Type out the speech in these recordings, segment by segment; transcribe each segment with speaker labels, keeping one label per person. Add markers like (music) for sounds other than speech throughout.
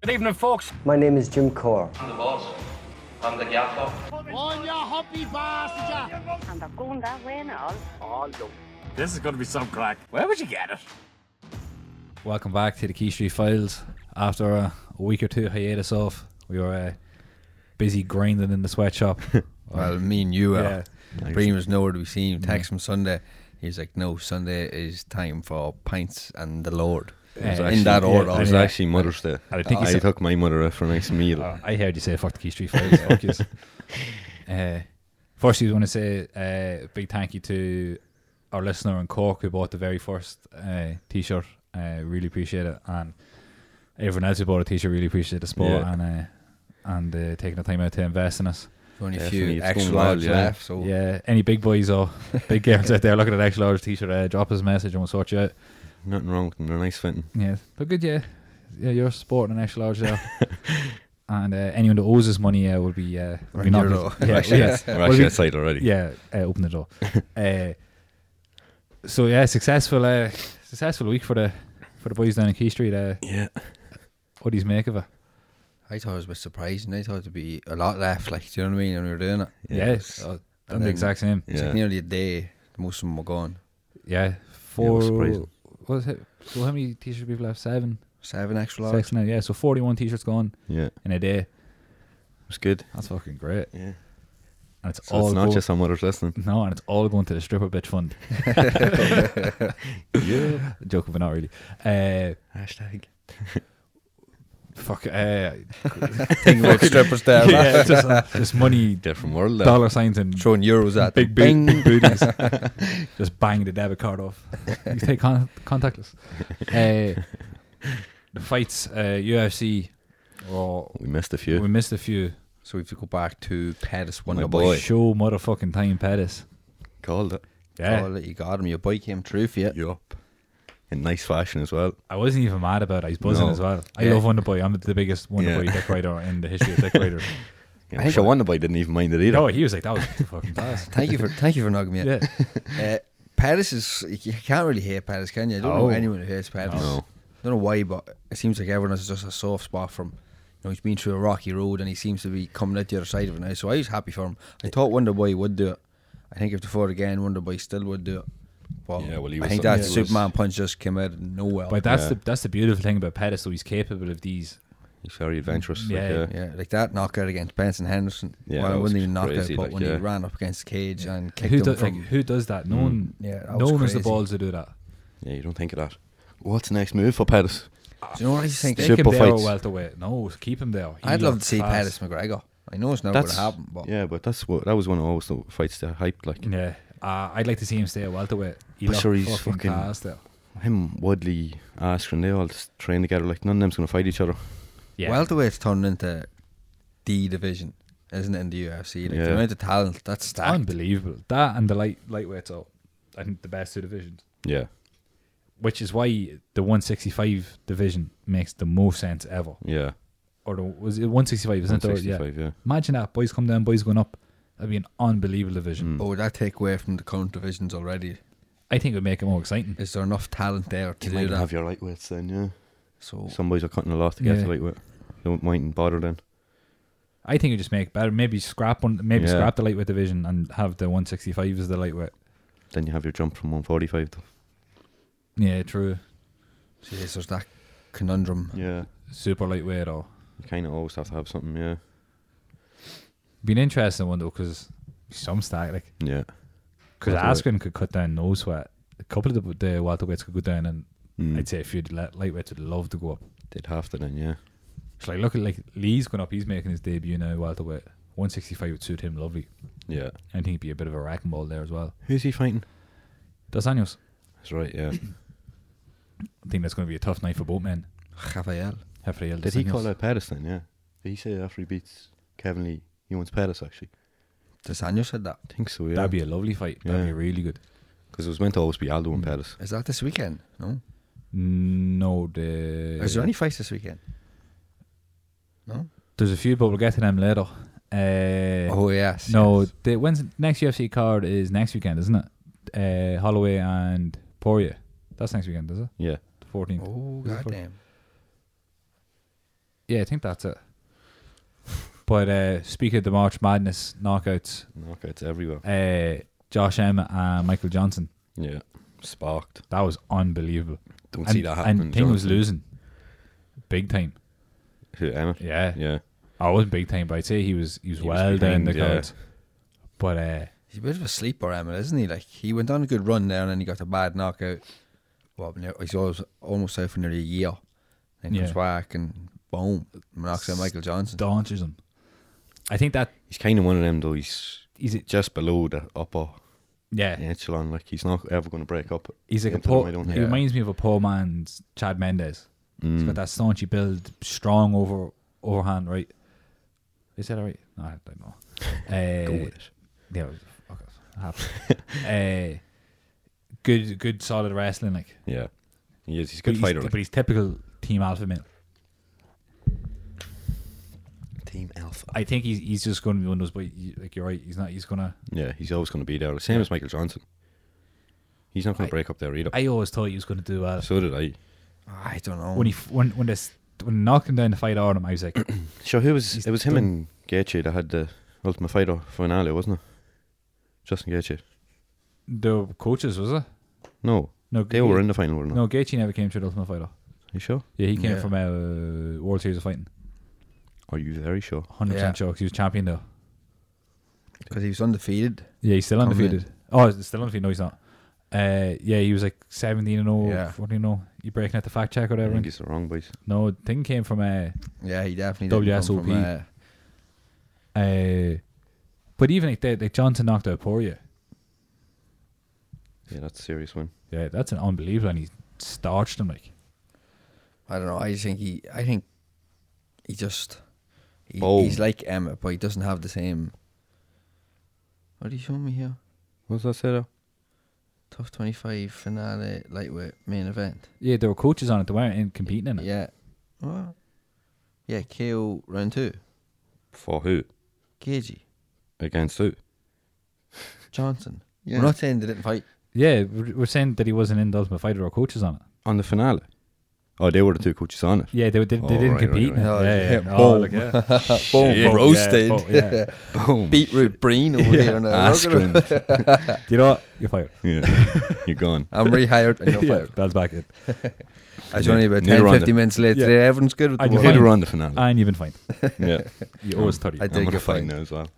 Speaker 1: Good evening, folks.
Speaker 2: My name is Jim Core.
Speaker 3: I'm the boss. I'm the gaffer.
Speaker 4: and they're going that way now.
Speaker 1: This is going to be some crack. Where would you get it?
Speaker 5: Welcome back to the Key Street Files. After a, a week or two hiatus off, we were uh, busy grinding in the sweatshop.
Speaker 6: (laughs)
Speaker 7: Well, me and you
Speaker 5: Yeah. Mm-hmm.
Speaker 7: are. Bream was nowhere to be seen. Text him Sunday. He's like, no, Sunday is time for pints and the Lord.
Speaker 5: Yeah.
Speaker 7: So in that
Speaker 5: Yeah,
Speaker 7: order.
Speaker 5: I
Speaker 6: It was
Speaker 5: Yeah.
Speaker 6: actually Mother's Day.
Speaker 5: I
Speaker 6: I,
Speaker 5: think he said- Oh.
Speaker 6: took my mother out for a nice meal.
Speaker 5: Uh, I heard you say fuck the Key Street Files. fuck
Speaker 6: (laughs)
Speaker 5: yous. Uh, firstly, we want to say uh, a big thank you to our listener in Cork who bought the very first uh, t shirt. Uh, really appreciate it. And everyone else who bought a t shirt really appreciate the support
Speaker 6: Yeah.
Speaker 5: and uh, and uh, taking the time out to invest in us.
Speaker 7: Only a
Speaker 6: Definitely,
Speaker 7: few
Speaker 6: it's
Speaker 7: extra
Speaker 6: going well,
Speaker 7: large
Speaker 6: yeah.
Speaker 7: left. So
Speaker 5: Yeah, any big boys
Speaker 7: (laughs)
Speaker 5: or big girls out there looking at extra large t shirt, uh, drop us a message and we'll sort you out.
Speaker 6: Nothing wrong with them. They're nice fitting.
Speaker 5: Yeah, but good. Yeah, yeah, you're sporting an extra large
Speaker 7: (laughs)
Speaker 5: there. and uh, anyone that owes us money uh, will be uh, will
Speaker 7: Ring
Speaker 5: be
Speaker 7: your
Speaker 5: knocking-
Speaker 7: door.
Speaker 5: (laughs) Yeah,
Speaker 6: Actually,
Speaker 5: yeah.
Speaker 6: We're
Speaker 5: Will
Speaker 6: actually
Speaker 5: be-
Speaker 6: outside already.
Speaker 5: (laughs) yeah, uh, open the
Speaker 7: (laughs)
Speaker 5: door. uh, so yeah, successful, uh, successful week for the for the boys down in Key Street. Uh,
Speaker 6: Yeah.
Speaker 5: what do you make of it?
Speaker 7: I thought it was a bit surprising. I thought it'd be a lot left. Like, do you know what I mean? And we were doing it.
Speaker 5: Yes, yeah, uh, I'm the
Speaker 7: then-
Speaker 5: exact same.
Speaker 7: It's
Speaker 6: Yeah.
Speaker 7: like nearly a day. Most of them were gone.
Speaker 5: Yeah,
Speaker 6: it
Speaker 5: four.
Speaker 6: was surprising.
Speaker 5: what is it? So how many t-shirts people have? Seven,
Speaker 7: Seven extra large.
Speaker 5: six now. Yeah, so forty-one t-shirts gone
Speaker 6: Yeah. It
Speaker 5: in a day.
Speaker 6: was good.
Speaker 5: That's fucking great.
Speaker 6: Yeah.
Speaker 5: And it's
Speaker 6: So
Speaker 5: all
Speaker 6: it's not
Speaker 5: go-
Speaker 6: just our mother's listening.
Speaker 5: No, and it's all going to the stripper bitch
Speaker 6: (laughs)
Speaker 5: fund. yeah. Joke, but not really. Uh,
Speaker 6: Hashtag.
Speaker 5: fuck. Uh,
Speaker 7: Thing with strippers
Speaker 5: (laughs)
Speaker 7: there.
Speaker 5: yeah,
Speaker 7: man.
Speaker 5: it's just, uh, just
Speaker 6: (laughs)
Speaker 5: money,
Speaker 6: Different world. though.
Speaker 5: dollar signs, and
Speaker 7: (laughs) Throwing euros at
Speaker 5: big,
Speaker 7: them.
Speaker 5: boot,
Speaker 7: Bing.
Speaker 5: big booties.
Speaker 6: (laughs)
Speaker 5: just bang the debit card off. You take con-
Speaker 6: (laughs)
Speaker 5: contactless. Uh, the fights, uh, UFC, well,
Speaker 6: We missed a
Speaker 5: Oh, we
Speaker 6: few.
Speaker 5: missed a few.
Speaker 7: So we have to go back to Pettis Wonder
Speaker 6: My
Speaker 7: Boy.
Speaker 6: boy.
Speaker 5: Show motherfucking time, Pettis.
Speaker 6: Called it.
Speaker 5: Yeah.
Speaker 7: Oh, look, you got him. Your boy came true for you.
Speaker 6: Yup. In nice fashion as well.
Speaker 5: I wasn't even mad about it. He's buzzing
Speaker 6: No.
Speaker 5: as well. I
Speaker 7: Yeah.
Speaker 5: love Wonder Boy. I'm the biggest Wonder
Speaker 6: Yeah.
Speaker 5: Boy dick rider in the history of dick
Speaker 7: (laughs)
Speaker 5: riders.
Speaker 6: Yeah, I sure Wonderboy didn't even mind it either.
Speaker 5: No, he was like, that was
Speaker 7: (laughs)
Speaker 5: fucking fast.
Speaker 7: Thank you for thank you for knocking me out.
Speaker 5: Yeah.
Speaker 7: (laughs) Uh, Pettis is you can't really hate Pettis, can you? I don't
Speaker 5: No.
Speaker 7: know anyone who hates Pettis.
Speaker 6: No.
Speaker 7: Don't know why, but it seems like everyone has just a soft spot from. You know, he's been through a rocky road and he seems to be coming out the other side of it now. So I was happy for him. I thought Wonder Boy would do it. I think if the fought again, Wonder Boy still would do it. But
Speaker 6: Yeah, well, he
Speaker 7: I
Speaker 6: was
Speaker 7: think
Speaker 6: something
Speaker 7: that
Speaker 6: he was-
Speaker 7: Superman punch just came out of nowhere.
Speaker 5: But that's the that's the beautiful thing about Pettis. So he's capable of these.
Speaker 6: He's very adventurous.
Speaker 5: Mm, Yeah.
Speaker 6: Like, uh,
Speaker 7: yeah, like that knockout against Benson Henderson.
Speaker 6: Yeah,
Speaker 7: well,
Speaker 6: that
Speaker 7: it
Speaker 6: was
Speaker 7: wasn't even knockout,
Speaker 6: crazy,
Speaker 7: but
Speaker 6: like,
Speaker 7: when
Speaker 6: yeah.
Speaker 7: he ran up against Cage and kicked
Speaker 5: Who
Speaker 7: him
Speaker 5: does like
Speaker 7: from Mm.
Speaker 5: who does that? No one.
Speaker 7: Yeah, that
Speaker 5: no
Speaker 7: was
Speaker 5: one has the
Speaker 7: crazy.
Speaker 5: balls to do that.
Speaker 6: yeah, you don't think of that. What's the next move for Pettis?
Speaker 7: Do you know what I think?
Speaker 5: Stick him
Speaker 6: Super
Speaker 5: there
Speaker 6: fights.
Speaker 5: or welterweight. No, keep him there. He
Speaker 7: I'd love to
Speaker 5: looks
Speaker 7: see
Speaker 5: class.
Speaker 7: Pettis McGregor. I know it's not going to happen, but
Speaker 6: yeah, but that's what that was one of always the fights that hyped like
Speaker 5: Yeah, uh, I'd like to see him stay at welterweight. He
Speaker 6: But
Speaker 5: looked
Speaker 6: sure, he's
Speaker 5: fucking,
Speaker 6: fucking-
Speaker 5: class there.
Speaker 6: him, Woodley, Askren. They all just train together like none of them's gonna fight each other.
Speaker 5: Yeah,
Speaker 7: welterweight's turned into D division, isn't it? In the UFC, like
Speaker 6: Yeah.
Speaker 7: the amount of talent that's stacked.
Speaker 5: unbelievable. That and the light lightweights are, I think, the best two divisions.
Speaker 6: Yeah,
Speaker 5: Which is why the 165 division makes the most sense ever.
Speaker 6: yeah.
Speaker 5: Or the, was it 165? Isn't it? Yeah.
Speaker 6: 165, yeah.
Speaker 5: Imagine that. Boys come down, boys going up. That'd be an unbelievable
Speaker 6: Mm.
Speaker 5: division.
Speaker 7: But would Mm. Oh, that take away from the current divisions already?
Speaker 5: I think it would make it more exciting.
Speaker 7: Is there enough talent there to
Speaker 6: You
Speaker 7: do
Speaker 6: might
Speaker 7: that?
Speaker 6: have your lightweights then, yeah.
Speaker 7: so
Speaker 6: Some boys are cutting a lot to get
Speaker 5: Yeah.
Speaker 6: to lightweight. Don't mind and bother then.
Speaker 5: I think it just make it better. Maybe scrap one. Maybe
Speaker 6: Yeah.
Speaker 5: scrap the lightweight division and have the 165 as the lightweight.
Speaker 6: Then you have your jump from 145 to.
Speaker 5: Yeah, true.
Speaker 7: see, there's that conundrum.
Speaker 6: Yeah.
Speaker 5: Super lightweight or
Speaker 6: You kind of always have to have something, yeah.
Speaker 5: be an interesting one though because some stack like
Speaker 6: Yeah.
Speaker 5: because
Speaker 6: Welterweight.
Speaker 5: Askren could cut down no sweat. A couple of the, the welterweights could go down, and
Speaker 6: Mm.
Speaker 5: I'd say a few of the li- lightweights would love to go up.
Speaker 6: They'd have to then, yeah.
Speaker 5: It's like look at like Lee's going up. He's making his debut now welterweight. 165 would suit him lovely.
Speaker 6: Yeah.
Speaker 5: I think he'd be a bit of a wrecking ball there as well.
Speaker 6: Who's he fighting?
Speaker 5: Dos Anjos.
Speaker 6: That's
Speaker 5: (coughs)
Speaker 6: right, yeah.
Speaker 5: I think that's going to be a tough night for both men.
Speaker 7: Rafael.
Speaker 5: Rafael
Speaker 6: Did
Speaker 5: Dos
Speaker 6: he
Speaker 5: Anjos.
Speaker 6: call out Pettis then, yeah? Did he say after he beats Kevin Lee, he wants Pettis actually?
Speaker 7: Desano said that.
Speaker 6: I think so, yeah.
Speaker 5: That'd be a lovely fight. That'd
Speaker 6: Yeah.
Speaker 5: be really good.
Speaker 6: Because it was meant to always be Aldo
Speaker 5: Mm.
Speaker 6: and Pettis.
Speaker 7: Is that this weekend? No.
Speaker 5: No, the
Speaker 7: Is there any fights this weekend? No.
Speaker 5: there's a few, but we'll get to them later. Uh,
Speaker 7: Oh yes.
Speaker 5: no,
Speaker 7: yes.
Speaker 5: the when's next UFC card is next weekend, isn't it? Uh, Holloway and Poirier. That's next weekend, is it?
Speaker 6: Yeah.
Speaker 5: The 14th.
Speaker 7: Oh
Speaker 5: Is it 14th?
Speaker 7: goddamn.
Speaker 5: yeah, I think that's it. But uh, speaking of the March Madness knockouts,
Speaker 6: Knockouts everywhere.
Speaker 5: uh, Josh Emmett and Michael Johnson,
Speaker 6: Yeah, sparked.
Speaker 5: that was unbelievable.
Speaker 6: Don't
Speaker 5: and,
Speaker 6: see that happening.
Speaker 5: And Ping was
Speaker 6: Johnson.
Speaker 5: losing big time.
Speaker 6: Who Emmett?
Speaker 5: Yeah.
Speaker 6: Yeah.
Speaker 5: I wasn't big time, but I'd say he was he was
Speaker 6: He was
Speaker 5: well down the
Speaker 6: creamed, yeah.
Speaker 5: cards. But uh,
Speaker 7: He's a bit of a sleeper, Emmett, isn't he? Like he went on a good run there, and then he got a bad knockout. Well, no, he's always almost out for nearly a year. Then
Speaker 5: Yeah.
Speaker 7: comes back and boom, knocks out Michael Johnson.
Speaker 5: staunches him. I think that
Speaker 6: He's kind of one of them though. He's
Speaker 5: he's a,
Speaker 6: just below the upper
Speaker 5: yeah,
Speaker 6: echelon. Like he's not ever going to break up.
Speaker 5: he's like a
Speaker 6: Into
Speaker 5: poor.
Speaker 6: them, I don't
Speaker 5: He
Speaker 6: think.
Speaker 5: reminds me of a poor man's Chad Mendes. He's
Speaker 6: Mm.
Speaker 5: got that staunchy build, strong over overhand right. Is that all right? No, I don't
Speaker 6: (laughs)
Speaker 5: know. Uh,
Speaker 6: Go with it.
Speaker 5: Yeah, fuck it. Happens. (laughs) uh, good, good, solid wrestling. Like
Speaker 6: Yeah. He is. He's a
Speaker 5: but
Speaker 6: good fighter.
Speaker 5: He's,
Speaker 6: like.
Speaker 5: but he's typical team alpha male.
Speaker 6: Team Alpha.
Speaker 5: I think he's he's just going to be one of those. But you, like you're right, he's not. He's gonna.
Speaker 6: Yeah, he's always going to be there. Same as Michael Johnson. He's not going
Speaker 5: I-
Speaker 6: to break up there either.
Speaker 5: I always thought he was going to do well.
Speaker 6: so did I.
Speaker 7: I don't know.
Speaker 5: when he f- when when this when knocking down the fight on him, I was like,
Speaker 6: Sure, who was
Speaker 5: He's
Speaker 6: it? Was him
Speaker 5: done.
Speaker 6: and Gaethje that had the Ultimate Fighter finale, wasn't it? Justin Gaethje.
Speaker 5: the coaches was it?
Speaker 6: No,
Speaker 5: No,
Speaker 6: they were in the final, weren't they?
Speaker 5: No, Gaethje never came to the Ultimate Fighter.
Speaker 6: You sure?
Speaker 5: Yeah, he came
Speaker 7: Yeah.
Speaker 5: from a uh, World Series of Fighting.
Speaker 6: Are you very sure?
Speaker 5: Hundred
Speaker 7: Yeah.
Speaker 5: percent sure 'cause he was champion though.
Speaker 7: because he was undefeated.
Speaker 5: Yeah, he's still
Speaker 7: Come
Speaker 5: undefeated. Oh, he's still undefeated. No, he's not. Uh, yeah, he was like seventeen and zero.
Speaker 7: Yeah.
Speaker 5: What do you know? You breaking at the fact check or
Speaker 6: I
Speaker 5: whatever?
Speaker 6: think it's the wrong boys.
Speaker 5: No, thing came from uh,
Speaker 7: Yeah, he definitely did. From,
Speaker 5: WSOP.
Speaker 7: uh,
Speaker 5: uh but even like that, like Johnson knocked out Poirier.
Speaker 6: Yeah, that's a serious win.
Speaker 5: Yeah, that's an unbelievable, and he starched him like.
Speaker 7: I don't know. I just think he. I think he just. He,
Speaker 6: Bold.
Speaker 7: he's like Emmett, but he doesn't have the same. What are you showing me here?
Speaker 6: What does that say there?
Speaker 7: Tough twenty-five finale lightweight main event.
Speaker 5: Yeah, there were coaches on it. They weren't in competing in it.
Speaker 7: Yeah. What? Yeah, KO round two.
Speaker 6: For who?
Speaker 7: Gagey.
Speaker 6: Against who?
Speaker 7: Johnson. We're not saying they
Speaker 5: (laughs)
Speaker 7: didn't fight.
Speaker 5: Yeah, we're we're saying that he wasn't in the Ultimate Fighter or coaches on it.
Speaker 6: On the finale. Oh, they were the two coaches on it.
Speaker 5: Yeah, they, did, they
Speaker 6: Oh,
Speaker 5: didn't
Speaker 6: right, right,
Speaker 5: compete.
Speaker 6: right.
Speaker 5: in it.
Speaker 7: Oh,
Speaker 5: yeah,
Speaker 7: yeah,
Speaker 5: yeah. Oh,
Speaker 7: boom.
Speaker 5: like, yeah.
Speaker 7: Boom,
Speaker 6: Shit.
Speaker 7: roasted.
Speaker 5: Yeah, boom, yeah.
Speaker 6: Boom.
Speaker 7: Beetroot brain over here. And
Speaker 6: Ah, screwed.
Speaker 5: Do you know what? You're fired.
Speaker 6: yeah.
Speaker 5: (laughs)
Speaker 6: You're gone.
Speaker 7: (laughs) I'm rehired and you're
Speaker 5: Yeah,
Speaker 7: fired.
Speaker 5: that's back it.
Speaker 7: It's only about
Speaker 6: Neither
Speaker 7: 10,
Speaker 6: on
Speaker 7: 15
Speaker 6: the-
Speaker 7: minutes later.
Speaker 5: Yeah.
Speaker 7: today. Everyone's good with
Speaker 5: I
Speaker 7: the
Speaker 5: do
Speaker 7: word.
Speaker 5: find-
Speaker 6: They were on the finale.
Speaker 5: And you've been fined. (laughs)
Speaker 6: yeah.
Speaker 5: You always thought
Speaker 7: I
Speaker 5: you.
Speaker 6: I'm
Speaker 7: did
Speaker 6: on the
Speaker 7: get
Speaker 6: fine
Speaker 7: fined.
Speaker 6: now as well.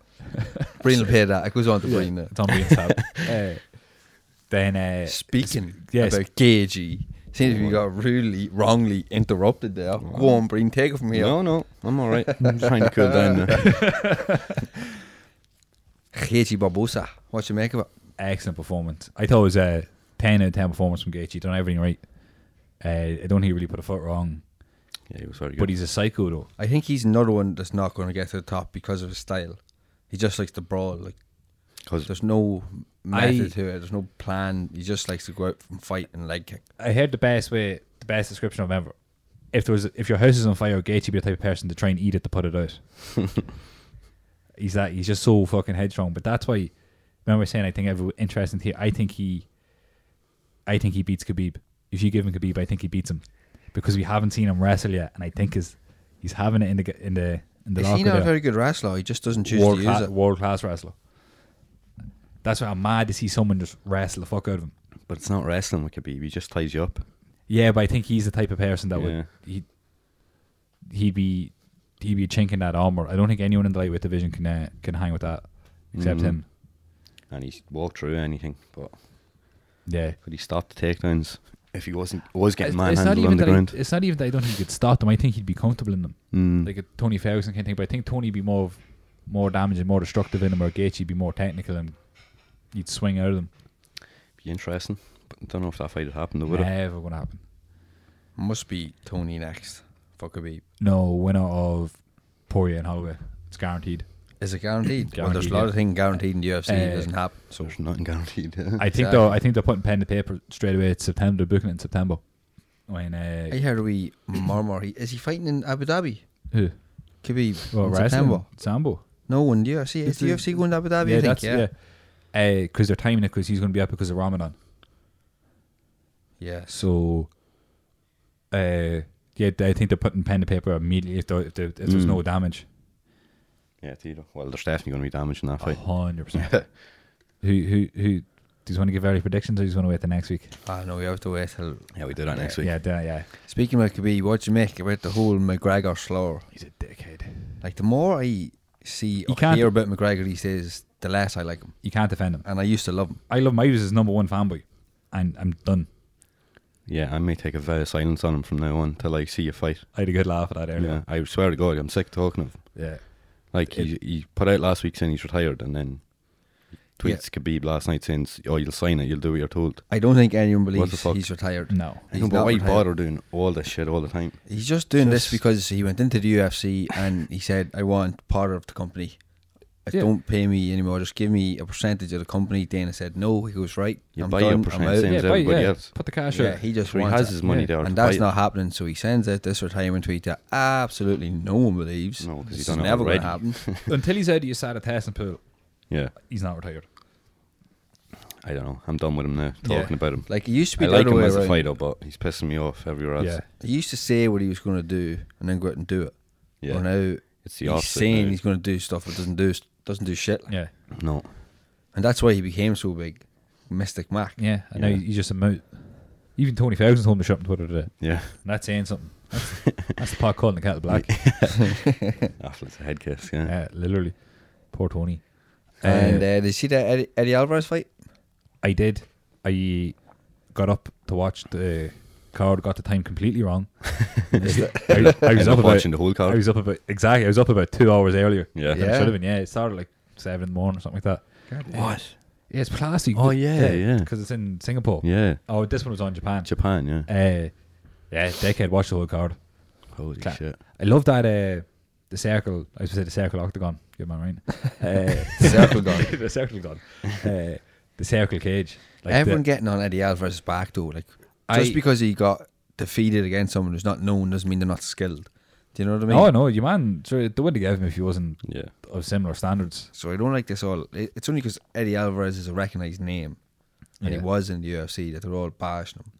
Speaker 7: Breen will pay that. It goes on to Breen now.
Speaker 5: It's on Bean's tab. Uh, Then uh,
Speaker 7: Speaking
Speaker 5: yes.
Speaker 7: about Gagey, seems we got rudely, wrongly interrupted there. Go on, Breen, take it from here.
Speaker 6: No, no. I'm all right. I'm trying to cool
Speaker 5: (laughs)
Speaker 6: down now.
Speaker 7: Gagey Barbosa, what you make of it?
Speaker 5: excellent performance. I thought it was a ten out of ten performance from Gaethje. Done everything right. Uh, I don't think he really put a foot wrong,
Speaker 6: Yeah, he was very good.
Speaker 5: but he's a psycho though.
Speaker 7: I think he's another one that's not going to get to the top because of his style. He just likes to brawl. Like
Speaker 6: 'Cause-
Speaker 7: there's no method
Speaker 5: I-
Speaker 7: to it. There's no plan. He just likes to go out and fight and leg kick.
Speaker 5: I heard the best way, the best description I remember. If there was, if your house is on fire, Gaethje would be the type of person to try and eat it to put it out. he's that. He's just so fucking headstrong. But that's why. Remember saying I think every interesting here. I think he. I think he beats Khabib. If you give him Khabib, I think he beats him, because we haven't seen him wrestle yet, and I think is he's having it in the in the in the
Speaker 7: Is
Speaker 5: locker
Speaker 7: he not a
Speaker 5: there.
Speaker 7: very good wrestler? He just doesn't choose
Speaker 5: world
Speaker 7: to
Speaker 5: class,
Speaker 7: use it.
Speaker 5: world class wrestler. That's why I'm mad to see someone just wrestle the fuck out of him.
Speaker 6: but it's not wrestling with Khabib. He just ties you up.
Speaker 5: Yeah, but I think he's the type of person that
Speaker 6: Yeah.
Speaker 5: would he he'd be he'd be chinking that armor. I don't think anyone in the lightweight division can uh, can hang with that
Speaker 6: Mm.
Speaker 5: except him.
Speaker 6: And he's walked through anything. But
Speaker 5: Yeah.
Speaker 6: could he stop the takedowns if he wasn't was getting
Speaker 5: It's- it's not
Speaker 6: manhandled
Speaker 5: even
Speaker 6: on the
Speaker 5: that I-
Speaker 6: ground? Mm.
Speaker 5: it's not even that I don't think he could stop them. I think he'd be comfortable in them. Like a Tony Ferguson kind of thing. But I think Tony'd be more of, more damaging, more destructive in him, or Gaethje'd be more technical and you'd swing out of them.
Speaker 6: Be interesting. But I don't know if that fight had happened. Though, would it?
Speaker 5: Never gonna happen.
Speaker 7: Must be Tony next. Fuck Khabib.
Speaker 5: No winner of Poirier and Holloway. It's guaranteed.
Speaker 7: Is it guaranteed? well, there's
Speaker 5: Guaranteed,
Speaker 7: a lot
Speaker 5: yeah.
Speaker 7: of things guaranteed in the UFC. it
Speaker 5: Uh,
Speaker 7: doesn't happen. So
Speaker 6: There's nothing guaranteed. (laughs)
Speaker 5: I think though I think they're putting pen to paper straight away. It's September. They're booking it in September. When uh,
Speaker 7: I heard we murmur. He, is he fighting in Abu Dhabi?
Speaker 5: who?
Speaker 7: Khabib
Speaker 5: Well,
Speaker 7: in
Speaker 5: wrestling,
Speaker 7: September.
Speaker 5: Sambo.
Speaker 7: No one. The UFC is the UFC going to Abu Dhabi? I think. yeah. yeah.
Speaker 5: Because Uh, they're timing it because he's going to be up because of Ramadan.
Speaker 7: Yes.
Speaker 5: So, uh, Yeah, I think they're putting pen to paper immediately if, there, if, there, if there's
Speaker 7: Mm.
Speaker 5: no damage.
Speaker 6: Yeah, Tito. Well, they're definitely going to be damaged in that
Speaker 5: A
Speaker 6: fight.
Speaker 5: hundred
Speaker 7: (laughs)
Speaker 5: percent. Who who who? Do you want to give early predictions, or do you want to wait till next week?
Speaker 7: I know you Ah, have to wait till.
Speaker 6: Yeah, we do that next week.
Speaker 5: Yeah, yeah, yeah.
Speaker 7: Speaking of Khabib, what do you make about the whole McGregor slur?
Speaker 5: He's a dickhead.
Speaker 7: Like the more I see or
Speaker 5: can't-
Speaker 7: hear about McGregor these days, the less I like him.
Speaker 5: You can't defend him.
Speaker 7: And I used to love him.
Speaker 5: I love Miles as number one fanboy, and I'm done.
Speaker 6: Yeah, I may take a vow of silence on him from now on till I see a fight.
Speaker 5: I had a good laugh at that
Speaker 6: Yeah,
Speaker 5: earlier.
Speaker 6: I swear to God, I'm sick of talking of him.
Speaker 5: Yeah.
Speaker 6: Like he, he put out last week saying he's retired, and then he
Speaker 7: Yeah.
Speaker 6: tweets Khabib last night saying, "Oh, you'll sign it. You'll do what you're told."
Speaker 7: I don't think anyone
Speaker 6: the
Speaker 7: believes
Speaker 6: fuck?
Speaker 7: he's retired.
Speaker 5: No.
Speaker 6: I
Speaker 7: He's
Speaker 6: know, but
Speaker 7: not
Speaker 6: why
Speaker 7: retired.
Speaker 6: bother doing all this shit all the time?
Speaker 7: He's just doing
Speaker 5: Just-
Speaker 7: this because he went into the UFC and he said, "I want part of the company. Like,
Speaker 5: Yeah.
Speaker 7: Don't pay me anymore. Just give me a percentage of the company." Dana said, "No." He goes, "Right,
Speaker 6: You
Speaker 7: I'm
Speaker 6: buy your
Speaker 7: done. I'm
Speaker 6: percent,
Speaker 7: out."
Speaker 6: same
Speaker 5: Yeah,
Speaker 6: as
Speaker 5: but
Speaker 6: everybody
Speaker 5: yeah,
Speaker 6: else.
Speaker 5: put the cash
Speaker 7: Yeah,
Speaker 5: out.
Speaker 7: he just
Speaker 6: So he
Speaker 7: wants
Speaker 6: has
Speaker 7: it.
Speaker 6: his money
Speaker 5: Yeah.
Speaker 6: there, to
Speaker 7: and
Speaker 6: buy
Speaker 7: that's
Speaker 6: it.
Speaker 7: not happening. So he sends out this retirement tweet that absolutely no one believes.
Speaker 6: No, 'cause he
Speaker 7: This
Speaker 6: done
Speaker 7: is
Speaker 6: it
Speaker 7: never going to
Speaker 6: already.
Speaker 7: happen.
Speaker 6: (laughs)
Speaker 5: Until he's out of your side of testing pool,
Speaker 6: Yeah,
Speaker 5: he's not retired.
Speaker 6: I don't know. I'm done with him now
Speaker 5: Yeah.
Speaker 6: talking about him.
Speaker 7: Like he used to be
Speaker 6: I
Speaker 7: the
Speaker 6: like
Speaker 7: other
Speaker 6: him
Speaker 7: way
Speaker 6: as a
Speaker 7: around.
Speaker 6: fighter, but he's pissing me off everywhere else.
Speaker 5: Yeah.
Speaker 7: He used to say what he was going to do and then go out and do it.
Speaker 6: Yeah.
Speaker 7: Well, now
Speaker 6: It's the
Speaker 7: he's
Speaker 6: opposite
Speaker 7: saying
Speaker 6: now.
Speaker 7: he's going to do stuff, but doesn't do doesn't do shit.
Speaker 5: Yeah.
Speaker 6: No,
Speaker 7: And that's why he became so big, Mystic Mac.
Speaker 5: Yeah. I know
Speaker 6: Yeah.
Speaker 5: he's just a moot. Even Tony Ferguson told him to shut up on Twitter today.
Speaker 6: yeah, (laughs)
Speaker 5: And that's saying something. That's, (laughs) that's the part calling the kettle black.
Speaker 6: after it's a head kiss. Yeah,
Speaker 5: Yeah, literally. Poor Tony.
Speaker 6: Oh,
Speaker 7: And uh, did you see that Eddie, Eddie Alvarez
Speaker 6: (laughs)
Speaker 7: fight?
Speaker 5: I did. I got up to watch the card, got the time completely
Speaker 6: (laughs)
Speaker 5: wrong. I, was- I was
Speaker 6: End
Speaker 5: up
Speaker 6: up
Speaker 5: about,
Speaker 6: watching the whole card.
Speaker 5: I was up about exactly. I was up about two hours earlier.
Speaker 6: Yeah.
Speaker 5: than I
Speaker 7: Yeah.
Speaker 5: should have been. Yeah, it started like seven in the morning or something like that.
Speaker 6: What?
Speaker 5: Yeah, it's plastic.
Speaker 6: Oh, yeah, yeah.
Speaker 5: Because it's in Singapore.
Speaker 6: Yeah.
Speaker 5: Oh, this one was on Japan.
Speaker 6: Japan. Yeah.
Speaker 5: Uh, yeah, dickhead. Watch the whole card.
Speaker 6: Holy
Speaker 5: Cla-
Speaker 6: shit.
Speaker 5: I love that. Uh, the circle. I was gonna say the circle octagon. Good man, right? Uh,
Speaker 7: Circle gun.
Speaker 5: (laughs) the circle gun. Uh, the circle cage.
Speaker 6: Er
Speaker 5: Like the-
Speaker 7: Everyone getting on Eddie Alvarez's back though, like
Speaker 5: I-
Speaker 7: just because he got defeated against someone who's not known doesn't mean they're not skilled. Do you know what I mean?
Speaker 5: Oh no, your man sure, they wouldn't have him if he wasn't
Speaker 6: Yeah.
Speaker 5: of similar standards.
Speaker 7: So I don't like this all. it- It's only because Eddie Alvarez is a recognized name, and
Speaker 5: Yeah.
Speaker 7: he was in the UFC that they're all bashing him.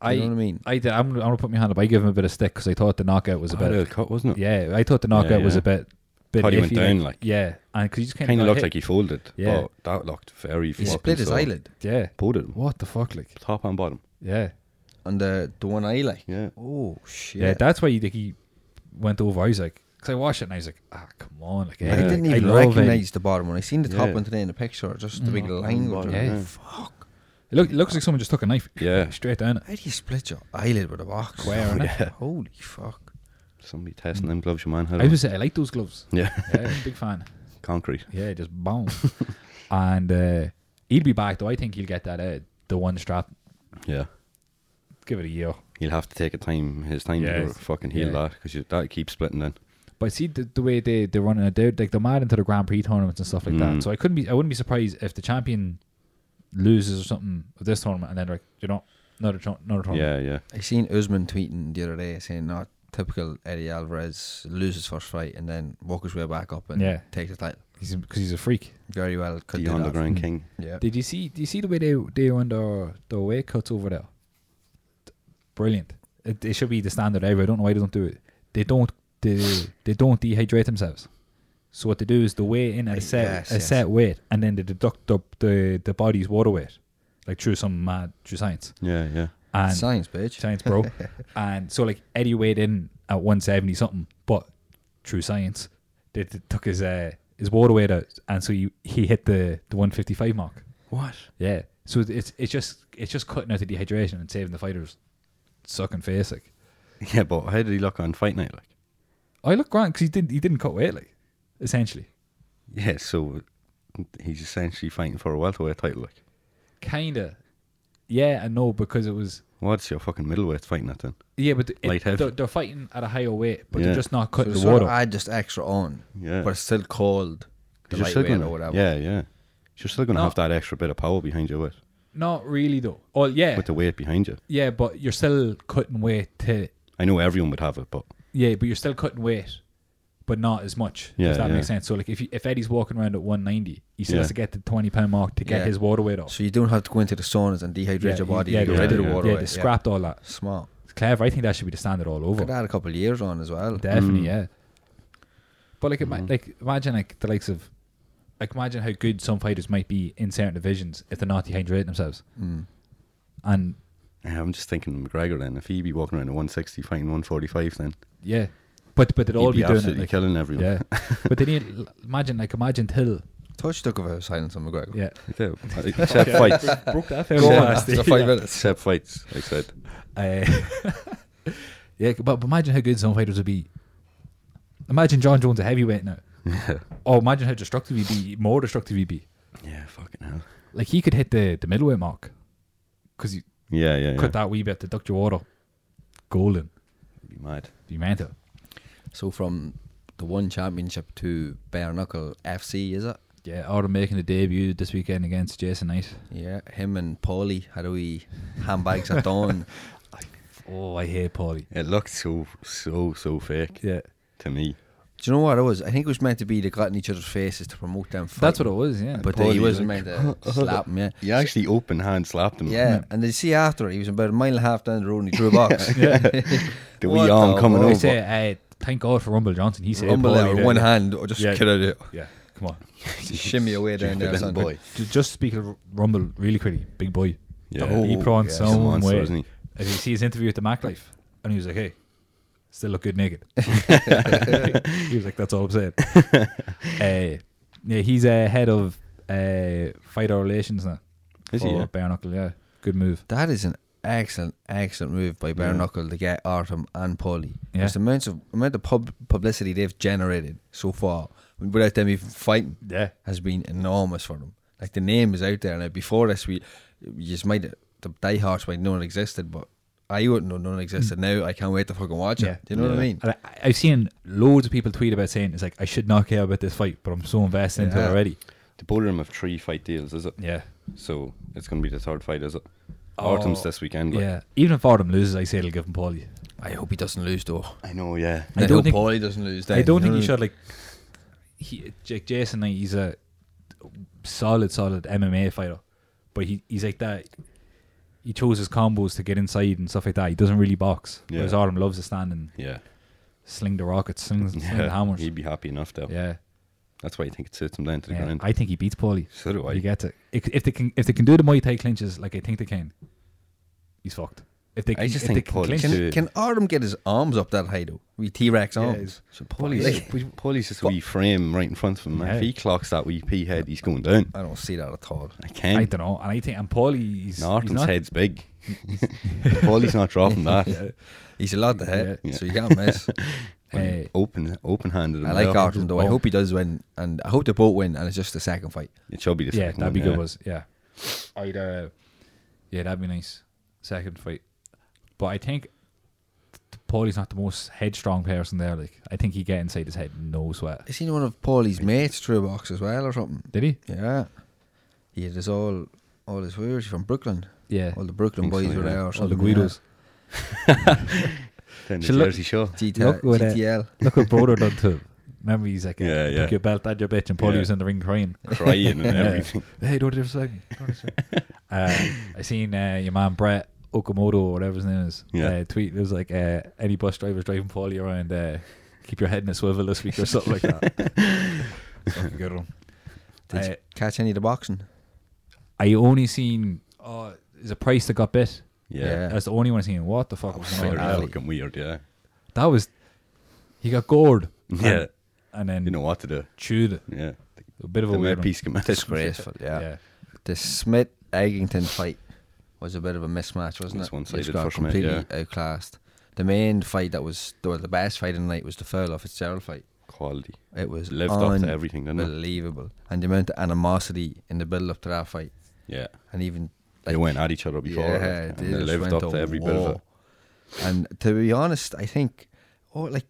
Speaker 5: I
Speaker 7: You know what I mean?
Speaker 5: I did- I'm, I'm gonna put my hand up. I give him a bit of stick because I thought the knockout was a
Speaker 6: Bad
Speaker 5: bit.
Speaker 6: cut, wasn't it?
Speaker 5: Yeah, I thought the knockout was
Speaker 6: yeah.
Speaker 5: a bit. bit
Speaker 6: er- Thought he went
Speaker 5: iffy,
Speaker 6: down, like-
Speaker 5: yeah, and because he just
Speaker 6: Kind of looked
Speaker 5: looked
Speaker 6: like he folded.
Speaker 5: Yeah.
Speaker 6: Yeah. But that looked very.
Speaker 7: He
Speaker 6: fucking
Speaker 7: split his
Speaker 6: sore.
Speaker 7: eyelid
Speaker 5: yeah.
Speaker 6: Folded him.
Speaker 5: What the fuck, like
Speaker 6: Top and bottom.
Speaker 5: yeah,
Speaker 7: on the the one eye, like.
Speaker 6: Yeah.
Speaker 7: Oh
Speaker 5: yeah.
Speaker 7: shit!
Speaker 5: that's why he, like, he went over. I was like, because I watched it and I was like, ah, come on, like
Speaker 7: I
Speaker 5: yeah,
Speaker 7: didn't
Speaker 5: like,
Speaker 7: even
Speaker 5: love it.
Speaker 7: recognize the bottom one. I seen the top
Speaker 6: Yeah.
Speaker 7: one today in the picture, just the big line.
Speaker 6: bottom,
Speaker 7: going
Speaker 5: Mm. Yeah,
Speaker 7: down.
Speaker 6: Yeah.
Speaker 7: Fuck!
Speaker 5: It, look, it looks like someone just took a knife. (laughs)
Speaker 6: Yeah.
Speaker 5: straight down it.
Speaker 7: How do you split your eyelid with
Speaker 5: (laughs)
Speaker 7: a box?
Speaker 5: Square, innit?
Speaker 7: Holy fuck!
Speaker 6: Somebody testing them gloves your man had.
Speaker 5: I
Speaker 6: on.
Speaker 5: was say I like those gloves.
Speaker 6: yeah. (laughs)
Speaker 5: Yeah, big fan.
Speaker 6: Concrete.
Speaker 5: Yeah, just boom. and uh, he'll be back though. I think he'll get that uh, the one strap.
Speaker 6: Yeah.
Speaker 5: Give it a year.
Speaker 6: He'll have to take a time his time
Speaker 5: Yeah,
Speaker 6: to
Speaker 5: it's-
Speaker 6: fucking heal
Speaker 5: yeah.
Speaker 6: that 'cause that because that keeps splitting then.
Speaker 5: But see the, the way they they're running it, they're like they're mad into the Grand Prix tournaments and stuff like that. So I couldn't be I wouldn't be surprised if the champion loses or something of this tournament and then they're like you know another tour- another tournament.
Speaker 6: Yeah, yeah.
Speaker 7: I seen Usman tweeting the other day saying, "Not typical Eddie Alvarez loses first fight and then walk his way back up and
Speaker 5: Yeah.
Speaker 7: takes the title."
Speaker 5: he's because he's a freak.
Speaker 7: Very well, could
Speaker 6: The
Speaker 7: do that.
Speaker 6: underground king.
Speaker 7: Yeah.
Speaker 5: Did you see? Do you see the way they they run their their weight cuts over there? Brilliant. It, it should be the standard ever. I don't know why they don't do it. They don't they they don't dehydrate themselves. So what they do is they weigh in at a set
Speaker 7: Yes,
Speaker 5: a
Speaker 7: yes.
Speaker 5: set weight, and then they deduct the, the the body's water weight, like through some mad through science
Speaker 6: Yeah, yeah. (laughs)
Speaker 5: and
Speaker 7: Science, bitch.
Speaker 5: science,
Speaker 7: (laughs)
Speaker 5: bro. and so like Eddie weighed in at one seventy something, but through science, they, they took his uh, his water weight out, and so he, he hit the the one fifty five mark.
Speaker 6: What?
Speaker 5: Yeah. So it- it's it's just it's just cutting out the dehydration and saving the fighters sucking face like.
Speaker 6: Yeah, but how did he look on fight night like?
Speaker 5: I look grand because he did he didn't cut weight like essentially.
Speaker 6: Yeah, so he's essentially fighting for a welterweight title like.
Speaker 5: Kinda. Yeah and no because it was
Speaker 6: What's your fucking middleweight fighting at then?
Speaker 5: yeah, but it,
Speaker 6: Light heavy.
Speaker 5: they're, they're fighting at a higher weight, but they're
Speaker 6: Yeah.
Speaker 5: just not
Speaker 7: So
Speaker 5: cutting the
Speaker 7: sort
Speaker 5: water.
Speaker 7: of add just extra on,
Speaker 6: Yeah.
Speaker 7: but it's still called the
Speaker 6: You're still
Speaker 7: lightweight
Speaker 6: gonna,
Speaker 7: or whatever.
Speaker 6: Yeah, yeah. You're still gonna
Speaker 5: No.
Speaker 6: have that extra bit of power behind you with
Speaker 5: not really though. Oh yeah,
Speaker 6: with the weight behind you.
Speaker 5: yeah, but you're still cutting weight to
Speaker 6: I know everyone would have it, but
Speaker 5: yeah, but you're still cutting weight, but not as much.
Speaker 6: Yeah,
Speaker 5: if that
Speaker 6: yeah.
Speaker 5: makes sense. So like if you, if Eddie's walking around at 190, he still
Speaker 6: Yeah.
Speaker 5: has to get the 20 pound mark to get
Speaker 7: Yeah.
Speaker 5: his water weight off.
Speaker 7: So you don't have to go into the saunas and dehydrate your body.
Speaker 5: yeah,
Speaker 7: you get
Speaker 5: yeah,
Speaker 7: rid of
Speaker 5: yeah.
Speaker 7: the water.
Speaker 5: Yeah,
Speaker 7: weight,
Speaker 5: they scrapped all that.
Speaker 7: Smart.
Speaker 5: clever. I think that should be the standard all over.
Speaker 7: Could add a couple of years on as well.
Speaker 6: Mm.
Speaker 5: Definitely, yeah. But like,
Speaker 6: Mm-hmm.
Speaker 5: ima- like imagine like the likes of, like imagine how good some fighters might be in certain divisions if they're not dehydrating themselves.
Speaker 7: Mm.
Speaker 5: And
Speaker 6: Yeah, I'm just thinking McGregor then. If he be walking around at 160, fighting 145, then
Speaker 5: yeah, but but they'd all
Speaker 6: he'd
Speaker 5: be,
Speaker 6: be
Speaker 5: doing
Speaker 6: absolutely
Speaker 5: it. Like,
Speaker 6: killing everyone. (laughs)
Speaker 5: yeah, but then you imagine like imagine Till.
Speaker 7: Touch took of a silence on McGregor.
Speaker 5: Yeah, (laughs)
Speaker 6: Yeah. Except fights.
Speaker 5: broke that
Speaker 7: Uh, Go on, after
Speaker 5: (laughs)
Speaker 7: five minutes.
Speaker 6: Except fights, I said.
Speaker 5: Uh, yeah, but but imagine how good some fighters would be. Imagine John Jones a heavyweight now. Or imagine how destructive he'd be, more destructive he'd be.
Speaker 6: Yeah, fucking hell.
Speaker 5: Like he could hit the, the middleweight mark because he
Speaker 6: Yeah, yeah, yeah.
Speaker 5: cut that wee bit to duck your water. Golden.
Speaker 6: be mad.
Speaker 5: Be mental.
Speaker 7: So from the one championship to bare knuckle FC, is it?
Speaker 5: Yeah, Arden making a debut this weekend against Jason Knight.
Speaker 7: Yeah, him and Paulie had a wee handbags at dawn.
Speaker 5: Oh, I hate Paulie.
Speaker 6: It looked so, so, so fake
Speaker 5: Yeah.
Speaker 6: to me.
Speaker 7: Do you know what it was? I think it was meant to be they got in each other's faces to promote them.
Speaker 5: That's what
Speaker 7: fighting.
Speaker 5: it was, yeah.
Speaker 7: But
Speaker 5: Paulie
Speaker 7: he
Speaker 5: was
Speaker 7: wasn't meant
Speaker 5: (laughs)
Speaker 7: to slap him. Yeah,
Speaker 6: You actually open hand slapped him.
Speaker 7: yeah. And they see after he was about a mile and a half down the road and he drew
Speaker 5: (laughs)
Speaker 7: a box. yeah. (laughs)
Speaker 6: The wee arm coming
Speaker 5: I
Speaker 6: over.
Speaker 5: say, uh, thank God for Rumble Johnson. He said
Speaker 7: Rumble out
Speaker 5: Paulie
Speaker 7: with
Speaker 5: there.
Speaker 7: one hand or just
Speaker 5: Yeah.
Speaker 7: get
Speaker 5: (laughs)
Speaker 7: out of it.
Speaker 5: Yeah, come on.
Speaker 7: Shimmy away down there, son.
Speaker 6: boy.
Speaker 5: Ju- Just speak of Rumble really quickly, big boy.
Speaker 6: Yeah.
Speaker 5: he put on
Speaker 6: Oh, Yeah. He's a
Speaker 5: some
Speaker 6: monster,
Speaker 5: weight.
Speaker 6: isn't he?
Speaker 5: If you see his interview at the Mac Life, and he was like, "Hey, still look good
Speaker 6: (laughs)
Speaker 5: naked." he was like, "That's all I'm saying." uh, yeah, he's uh, head of uh, fighter relations now.
Speaker 6: Is he,
Speaker 5: for
Speaker 6: yeah?
Speaker 5: Bare Knuckle, yeah, good move.
Speaker 7: That is an excellent, excellent move by Bare Knuckle to get Artem and Polly.
Speaker 5: Yeah.
Speaker 7: Because the amount of amount of pub, publicity they've generated so far without them even fighting
Speaker 5: Yeah.
Speaker 7: has been enormous for them. Like the name is out there now. Before this, we you just might the diehards might know it existed, but I wouldn't know none existed. Now I can't wait to fucking watch it.
Speaker 5: Hmm. Yeah.
Speaker 7: Do you know what I mean?
Speaker 5: And I, I've seen loads of people tweet about saying it's like I should not care about this fight, but I'm so invested into it
Speaker 7: Yeah.
Speaker 5: already.
Speaker 6: The both of them have three fight deals, is it?
Speaker 5: Yeah, Oh,
Speaker 6: So it's going to be the third fight, is it? Artem's this weekend. like-
Speaker 5: yeah. Even if Artem loses, I say it'll give him Paulie.
Speaker 7: I hope he doesn't lose though.
Speaker 6: I know, yeah.
Speaker 5: I
Speaker 7: I,
Speaker 5: don't
Speaker 7: hope
Speaker 5: think-
Speaker 7: Paulie doesn't lose. Then,
Speaker 5: I don't think
Speaker 7: you know
Speaker 5: he
Speaker 7: what
Speaker 5: should like. He, Jake Jason, like, he's a solid, solid MMA fighter, but he he's like that. He chose his combos to get inside and stuff like that. He doesn't really box.
Speaker 6: Yeah.
Speaker 5: Whereas Artem loves to stand and
Speaker 6: Yeah.
Speaker 5: sling the rockets, sling, sling the
Speaker 6: yeah.
Speaker 5: hammers.
Speaker 6: He'd be happy enough, though.
Speaker 5: yeah,
Speaker 6: That's why I think it sits him down to the
Speaker 5: yeah.
Speaker 6: ground.
Speaker 5: I think he beats Paulie.
Speaker 6: so do I.
Speaker 5: You get it. If, if they can, if they can do the Muay Thai clinches like I think they can, he's fucked. If they,
Speaker 6: I
Speaker 5: can,
Speaker 6: just
Speaker 5: if
Speaker 6: think
Speaker 5: they can
Speaker 6: Paulie's
Speaker 5: clinch,
Speaker 6: too-
Speaker 7: I mean? Can Artem get his arms up that high though? With T Rex arms.
Speaker 6: So Paulie's,
Speaker 7: Like-
Speaker 6: Paulie's just a wee frame right in front of him. man.
Speaker 5: Yeah.
Speaker 6: If he clocks that wee pea head, he's going down.
Speaker 7: I don't see that at all.
Speaker 6: I
Speaker 5: I
Speaker 6: can't.
Speaker 5: don't know. And I think and Paulie, he's, he's
Speaker 6: And Artem's
Speaker 5: not.
Speaker 6: head's big. (laughs) Paulie's not dropping that.
Speaker 5: (laughs)
Speaker 7: He's a lot to hit,
Speaker 6: Yeah.
Speaker 7: so you can't (laughs) miss.
Speaker 5: eh,
Speaker 6: Open, open-handed.
Speaker 7: I
Speaker 6: him
Speaker 7: like
Speaker 6: up.
Speaker 7: Artem though. I hope he does win, and I hope they both win, and it's just the second fight.
Speaker 6: It should be the
Speaker 5: yeah,
Speaker 6: second
Speaker 5: that'd
Speaker 6: one,
Speaker 5: be
Speaker 6: yeah.
Speaker 5: good. Was yeah, I'd uh, yeah, that'd be nice. Second fight, but I think th- Paulie's not the most headstrong person there. Like, I think he get inside his head, no sweat.
Speaker 7: I seen one of Paulie's mates through a box as well, or something.
Speaker 5: Did he?
Speaker 7: Yeah, he had his all, all his where's he from Brooklyn?
Speaker 5: Yeah,
Speaker 7: All the Brooklyn
Speaker 6: Think so,
Speaker 7: boys were
Speaker 6: yeah.
Speaker 7: there, or
Speaker 5: all the
Speaker 7: something.
Speaker 5: Guidos.
Speaker 6: Then the
Speaker 5: Should look-
Speaker 7: (laughs)
Speaker 6: Jersey Shore.
Speaker 7: yeah. GT,
Speaker 5: Look what, uh,
Speaker 7: GTL.
Speaker 5: Look what Broder done to him. Remember, he's like,
Speaker 6: Yeah,
Speaker 5: yeah,
Speaker 6: yeah.
Speaker 5: Took your belt, had your bitch, and Paulie
Speaker 6: Yeah.
Speaker 5: was in the ring (laughs) crying.
Speaker 6: Crying and
Speaker 5: Yeah.
Speaker 6: everything.
Speaker 5: (laughs) Hey, don't disrespect me. Don't disrespect me.
Speaker 6: (laughs)
Speaker 5: uh, I seen uh, your man Brett Okamoto or whatever his name is.
Speaker 6: Yeah.
Speaker 5: Uh, tweet. It was like uh, any bus drivers driving Paulie around. Uh, keep your head in a swivel this week or something like
Speaker 6: (laughs)
Speaker 5: that. Fucking good one.
Speaker 7: Did
Speaker 5: Uh,
Speaker 7: you catch any of the boxing?
Speaker 5: I only seen. Oh, is a price that got bit.
Speaker 6: Yeah. Oh,
Speaker 5: That's the only one I seen. What the fuck was going
Speaker 6: Very
Speaker 5: on?
Speaker 6: fucking weird, yeah.
Speaker 5: That was. He got gored.
Speaker 6: Yeah.
Speaker 5: And, and then
Speaker 6: You know what to do.
Speaker 5: chewed it.
Speaker 6: Yeah.
Speaker 5: A bit of a
Speaker 6: The
Speaker 5: weird
Speaker 6: mad
Speaker 5: one.
Speaker 6: piece come out.
Speaker 7: Disgraceful. Yeah.
Speaker 5: yeah.
Speaker 7: The Smith Eggington fight was a bit of a mismatch, wasn't
Speaker 6: It's
Speaker 7: it?
Speaker 6: one-sided
Speaker 7: Just got
Speaker 6: for Smith,
Speaker 7: completely
Speaker 6: yeah.
Speaker 7: outclassed. The main fight that was well, the best fight of the night was the Furlough Fitzgerald fight.
Speaker 6: Quality.
Speaker 7: It was
Speaker 6: Lived up to everything, didn't it?
Speaker 7: Unbelievable, and the amount of animosity in the build up to that fight,
Speaker 6: Yeah.
Speaker 7: and even
Speaker 6: They went at each other before. like,
Speaker 7: yeah,
Speaker 6: and
Speaker 7: they
Speaker 6: they
Speaker 7: just
Speaker 6: lived
Speaker 7: went
Speaker 6: up to every bit of it.
Speaker 7: war. And to be honest, I think, oh, like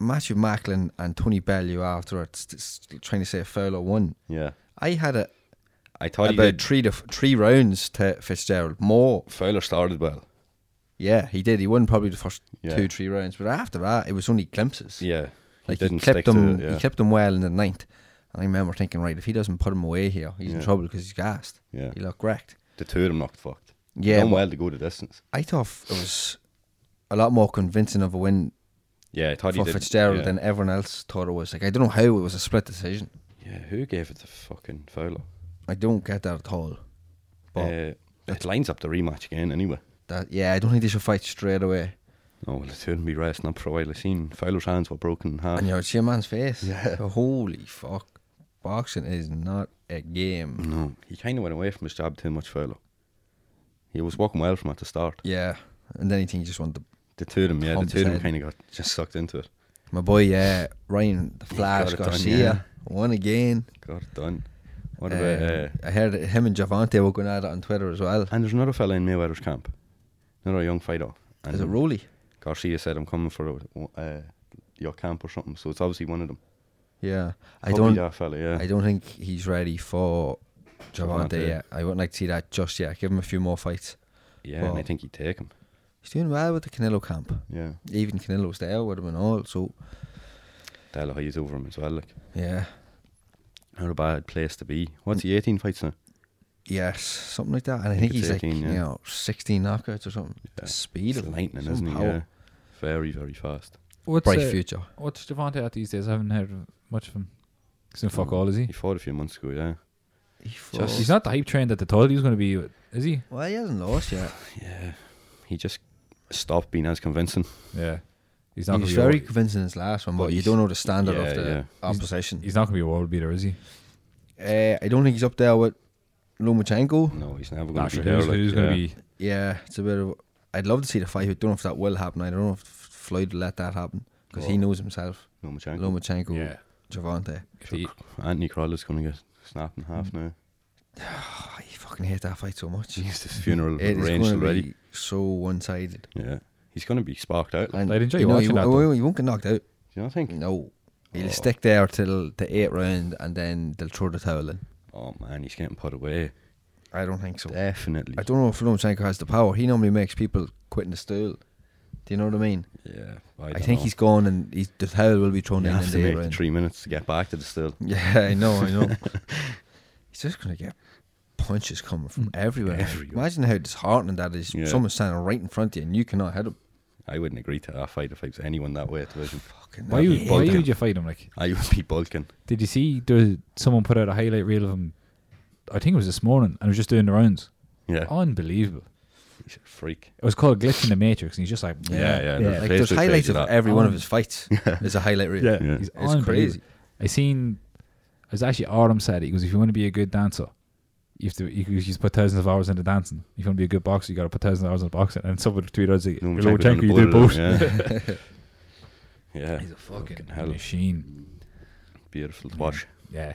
Speaker 7: Matthew Macklin and Tony Bellew after it, st- trying to say a Furlough won.
Speaker 6: Yeah.
Speaker 7: I had a
Speaker 6: I thought he
Speaker 7: about
Speaker 6: did.
Speaker 7: three to f- three rounds to Fitzgerald more.
Speaker 6: Fowler started well.
Speaker 7: Yeah, he did. He won probably the first
Speaker 6: Yeah.
Speaker 7: two, three rounds, but after that, it was only glimpses.
Speaker 6: Yeah.
Speaker 7: like
Speaker 6: he
Speaker 7: he,
Speaker 6: didn't stick
Speaker 7: kept him.
Speaker 6: to it. Yeah.
Speaker 7: He kept him well in the ninth, and I remember thinking, right, if he doesn't put him away here, he's in
Speaker 6: Yeah.
Speaker 7: trouble because he's gassed.
Speaker 6: Yeah.
Speaker 7: he looked wrecked.
Speaker 6: the two of them knocked fucked.
Speaker 7: Yeah,
Speaker 6: Done
Speaker 7: but
Speaker 6: well to go the distance.
Speaker 7: I thought it was a lot more convincing of a win
Speaker 6: Yeah, I thought he
Speaker 7: for
Speaker 6: did.
Speaker 7: Fitzgerald
Speaker 6: yeah.
Speaker 7: than everyone else thought it was. Like I don't know how it was a split decision.
Speaker 6: Yeah, who gave it to fucking Fowler?
Speaker 7: I don't get that at all. But
Speaker 6: Uh, it lines up the rematch again anyway.
Speaker 7: that yeah, I don't think they should fight straight away.
Speaker 6: Oh well, it shouldn't be resting up for a while. I seen Fowler's hands were broken in half.
Speaker 7: And you see a man's face. Yeah. Holy fuck. Boxing is not a game.
Speaker 6: No, he kind of went away from his job too much, Fowler. He was walking well from at the start.
Speaker 7: Yeah. And then he think he just wanted to
Speaker 6: The two of them, yeah, the
Speaker 7: Pumped
Speaker 6: two of them
Speaker 7: his
Speaker 6: kind of got just sucked into it.
Speaker 7: my boy, yeah, Ryan the
Speaker 6: got
Speaker 7: Flash
Speaker 6: it done,
Speaker 7: Garcia
Speaker 6: yeah.
Speaker 7: won again.
Speaker 6: Got it done. What
Speaker 7: Um,
Speaker 6: about? Uh,
Speaker 7: I heard that him and Javante were going at it on Twitter as well.
Speaker 6: and there's another fella in Mayweather's camp, another young fighter. And
Speaker 7: Is it Rowley?
Speaker 6: Garcia said, "I'm coming for uh, your camp or something." So it's obviously one of them.
Speaker 7: Yeah. I
Speaker 6: Probably
Speaker 7: don't
Speaker 6: that fella. Yeah.
Speaker 7: I don't think he's ready for Javante
Speaker 6: Javante.
Speaker 7: yet. I wouldn't like to see that just yet. Give him a few more fights.
Speaker 6: yeah, and I
Speaker 7: well-
Speaker 6: think he'd take him.
Speaker 7: He's doing well with the Canelo camp.
Speaker 6: Yeah.
Speaker 7: Even Canelo's there with him and all. So
Speaker 6: Delahay's over him as well. Like,
Speaker 7: yeah,
Speaker 6: not a bad place to be. What's he? 18 fights now.
Speaker 7: yes, something like that. And I think
Speaker 6: think
Speaker 7: he's
Speaker 6: it's
Speaker 7: like
Speaker 6: 18, yeah.
Speaker 7: you know sixteen knockouts or something. The speed
Speaker 6: He's
Speaker 7: of
Speaker 6: lightning,
Speaker 7: some
Speaker 6: isn't he?
Speaker 7: power.
Speaker 6: Yeah. Very, very fast.
Speaker 5: What's
Speaker 7: Bright
Speaker 5: uh,
Speaker 7: future.
Speaker 5: What's Javante at these days? I haven't heard of much of him. He's in fuck all, is he?
Speaker 6: He fought a few months ago. Yeah.
Speaker 7: He
Speaker 6: Just-
Speaker 5: He's
Speaker 7: fought-
Speaker 5: not the hype train that they thought he was going to be, is he?
Speaker 7: well, he hasn't lost yet.
Speaker 6: Yeah. He just stopped being as convincing.
Speaker 5: Yeah, he's not.
Speaker 7: He's
Speaker 5: gonna
Speaker 7: very
Speaker 5: Be a, wor-
Speaker 7: convincing in his last one,
Speaker 6: But
Speaker 7: but you
Speaker 6: he's-
Speaker 7: don't know the standard
Speaker 6: yeah,
Speaker 7: of the
Speaker 6: yeah. He's-
Speaker 7: opposition.
Speaker 5: he's not going to be a world beater, is he?
Speaker 7: uh, I don't think he's up there with Lomachenko.
Speaker 6: No, he's never going
Speaker 5: Not
Speaker 6: to
Speaker 5: sure
Speaker 6: be there.
Speaker 5: who's,
Speaker 6: like,
Speaker 5: who's
Speaker 6: yeah.
Speaker 5: going to be.
Speaker 7: Yeah, it's a bit of. I'd love to see the fight. I don't know if that will happen. I don't know if Floyd will let that happen because he
Speaker 6: Well-
Speaker 7: knows himself.
Speaker 6: Lomachenko.
Speaker 7: Lomachenko,
Speaker 5: Yeah.
Speaker 7: Javante.
Speaker 5: If he,
Speaker 6: Anthony Crawler's going to get snapped in half now.
Speaker 7: Mm. Ah, I fucking hate that fight so much.
Speaker 6: Jeez, this funeral
Speaker 7: It is
Speaker 6: arranged
Speaker 7: going to
Speaker 6: already.
Speaker 7: be so one-sided.
Speaker 6: Yeah. He's going to be sparked out. Like,
Speaker 7: And
Speaker 5: I'd enjoy
Speaker 7: you know,
Speaker 5: watching
Speaker 7: you,
Speaker 5: that,
Speaker 7: won't-
Speaker 5: though.
Speaker 7: you won't get knocked out.
Speaker 6: do you not think?
Speaker 7: No, he'll
Speaker 6: Oh.
Speaker 7: stick there till the eighth round, and then they'll throw the towel in.
Speaker 6: Oh man, he's getting put away.
Speaker 7: I don't think so.
Speaker 6: Definitely.
Speaker 7: I don't know if Lomachenko has the power. He normally makes people quit in the stool. Do you know what I mean?
Speaker 6: Yeah. I,
Speaker 7: I,
Speaker 6: don't
Speaker 7: think
Speaker 6: know.
Speaker 7: he's gone, and he's, the towel will be thrown
Speaker 6: You
Speaker 7: in
Speaker 6: have
Speaker 7: in
Speaker 6: to
Speaker 7: the eighth
Speaker 6: make the
Speaker 7: round.
Speaker 6: three minutes to get back to the still.
Speaker 7: (laughs) Yeah, I know, I
Speaker 6: (laughs)
Speaker 7: know. he's just gonna get punches coming from everywhere.
Speaker 6: Mm. Everywhere.
Speaker 7: Imagine how disheartening that is.
Speaker 6: Yeah.
Speaker 7: Someone's standing right in front of you, and you cannot hit him.
Speaker 6: I wouldn't agree to that fight if I was anyone that way at the division.
Speaker 7: Fucking
Speaker 5: why,
Speaker 7: hell.
Speaker 5: would, why
Speaker 6: Vulcan.
Speaker 5: would you fight him? Like,
Speaker 6: I would be bulking.
Speaker 5: did you see there, someone put out a highlight reel of him? I think it was this morning, and he was just doing the rounds.
Speaker 6: Yeah.
Speaker 5: Oh. Unbelievable.
Speaker 6: He's a freak.
Speaker 5: It was called Glitch in the Matrix, and he's just like,
Speaker 6: Yeah,
Speaker 5: yeah.
Speaker 6: yeah. there's
Speaker 7: Like
Speaker 6: a
Speaker 7: there's
Speaker 6: Facebook
Speaker 7: highlights
Speaker 6: page
Speaker 7: of
Speaker 6: that.
Speaker 7: every one of
Speaker 5: Oh.
Speaker 7: his
Speaker 6: (laughs)
Speaker 7: fights. There's a highlight reel.
Speaker 5: Yeah.
Speaker 6: Yeah.
Speaker 5: He's
Speaker 7: It's
Speaker 5: unbelievable.
Speaker 7: crazy.
Speaker 5: I seen, I was actually Adam said it. He goes, if you want to be a good dancer, you have to you, you just put thousands of hours into dancing. If you want to be a good boxer, you got to put thousands of hours into boxing. And someone tweeted out, like,
Speaker 6: Lomachenko
Speaker 5: "Lomachenko,
Speaker 6: done
Speaker 5: you
Speaker 6: both
Speaker 5: did
Speaker 6: of
Speaker 5: both.
Speaker 6: them, Yeah. yeah.
Speaker 5: He's a fucking,
Speaker 6: hell.
Speaker 5: machine.
Speaker 6: Beautiful to watch.
Speaker 5: Yeah.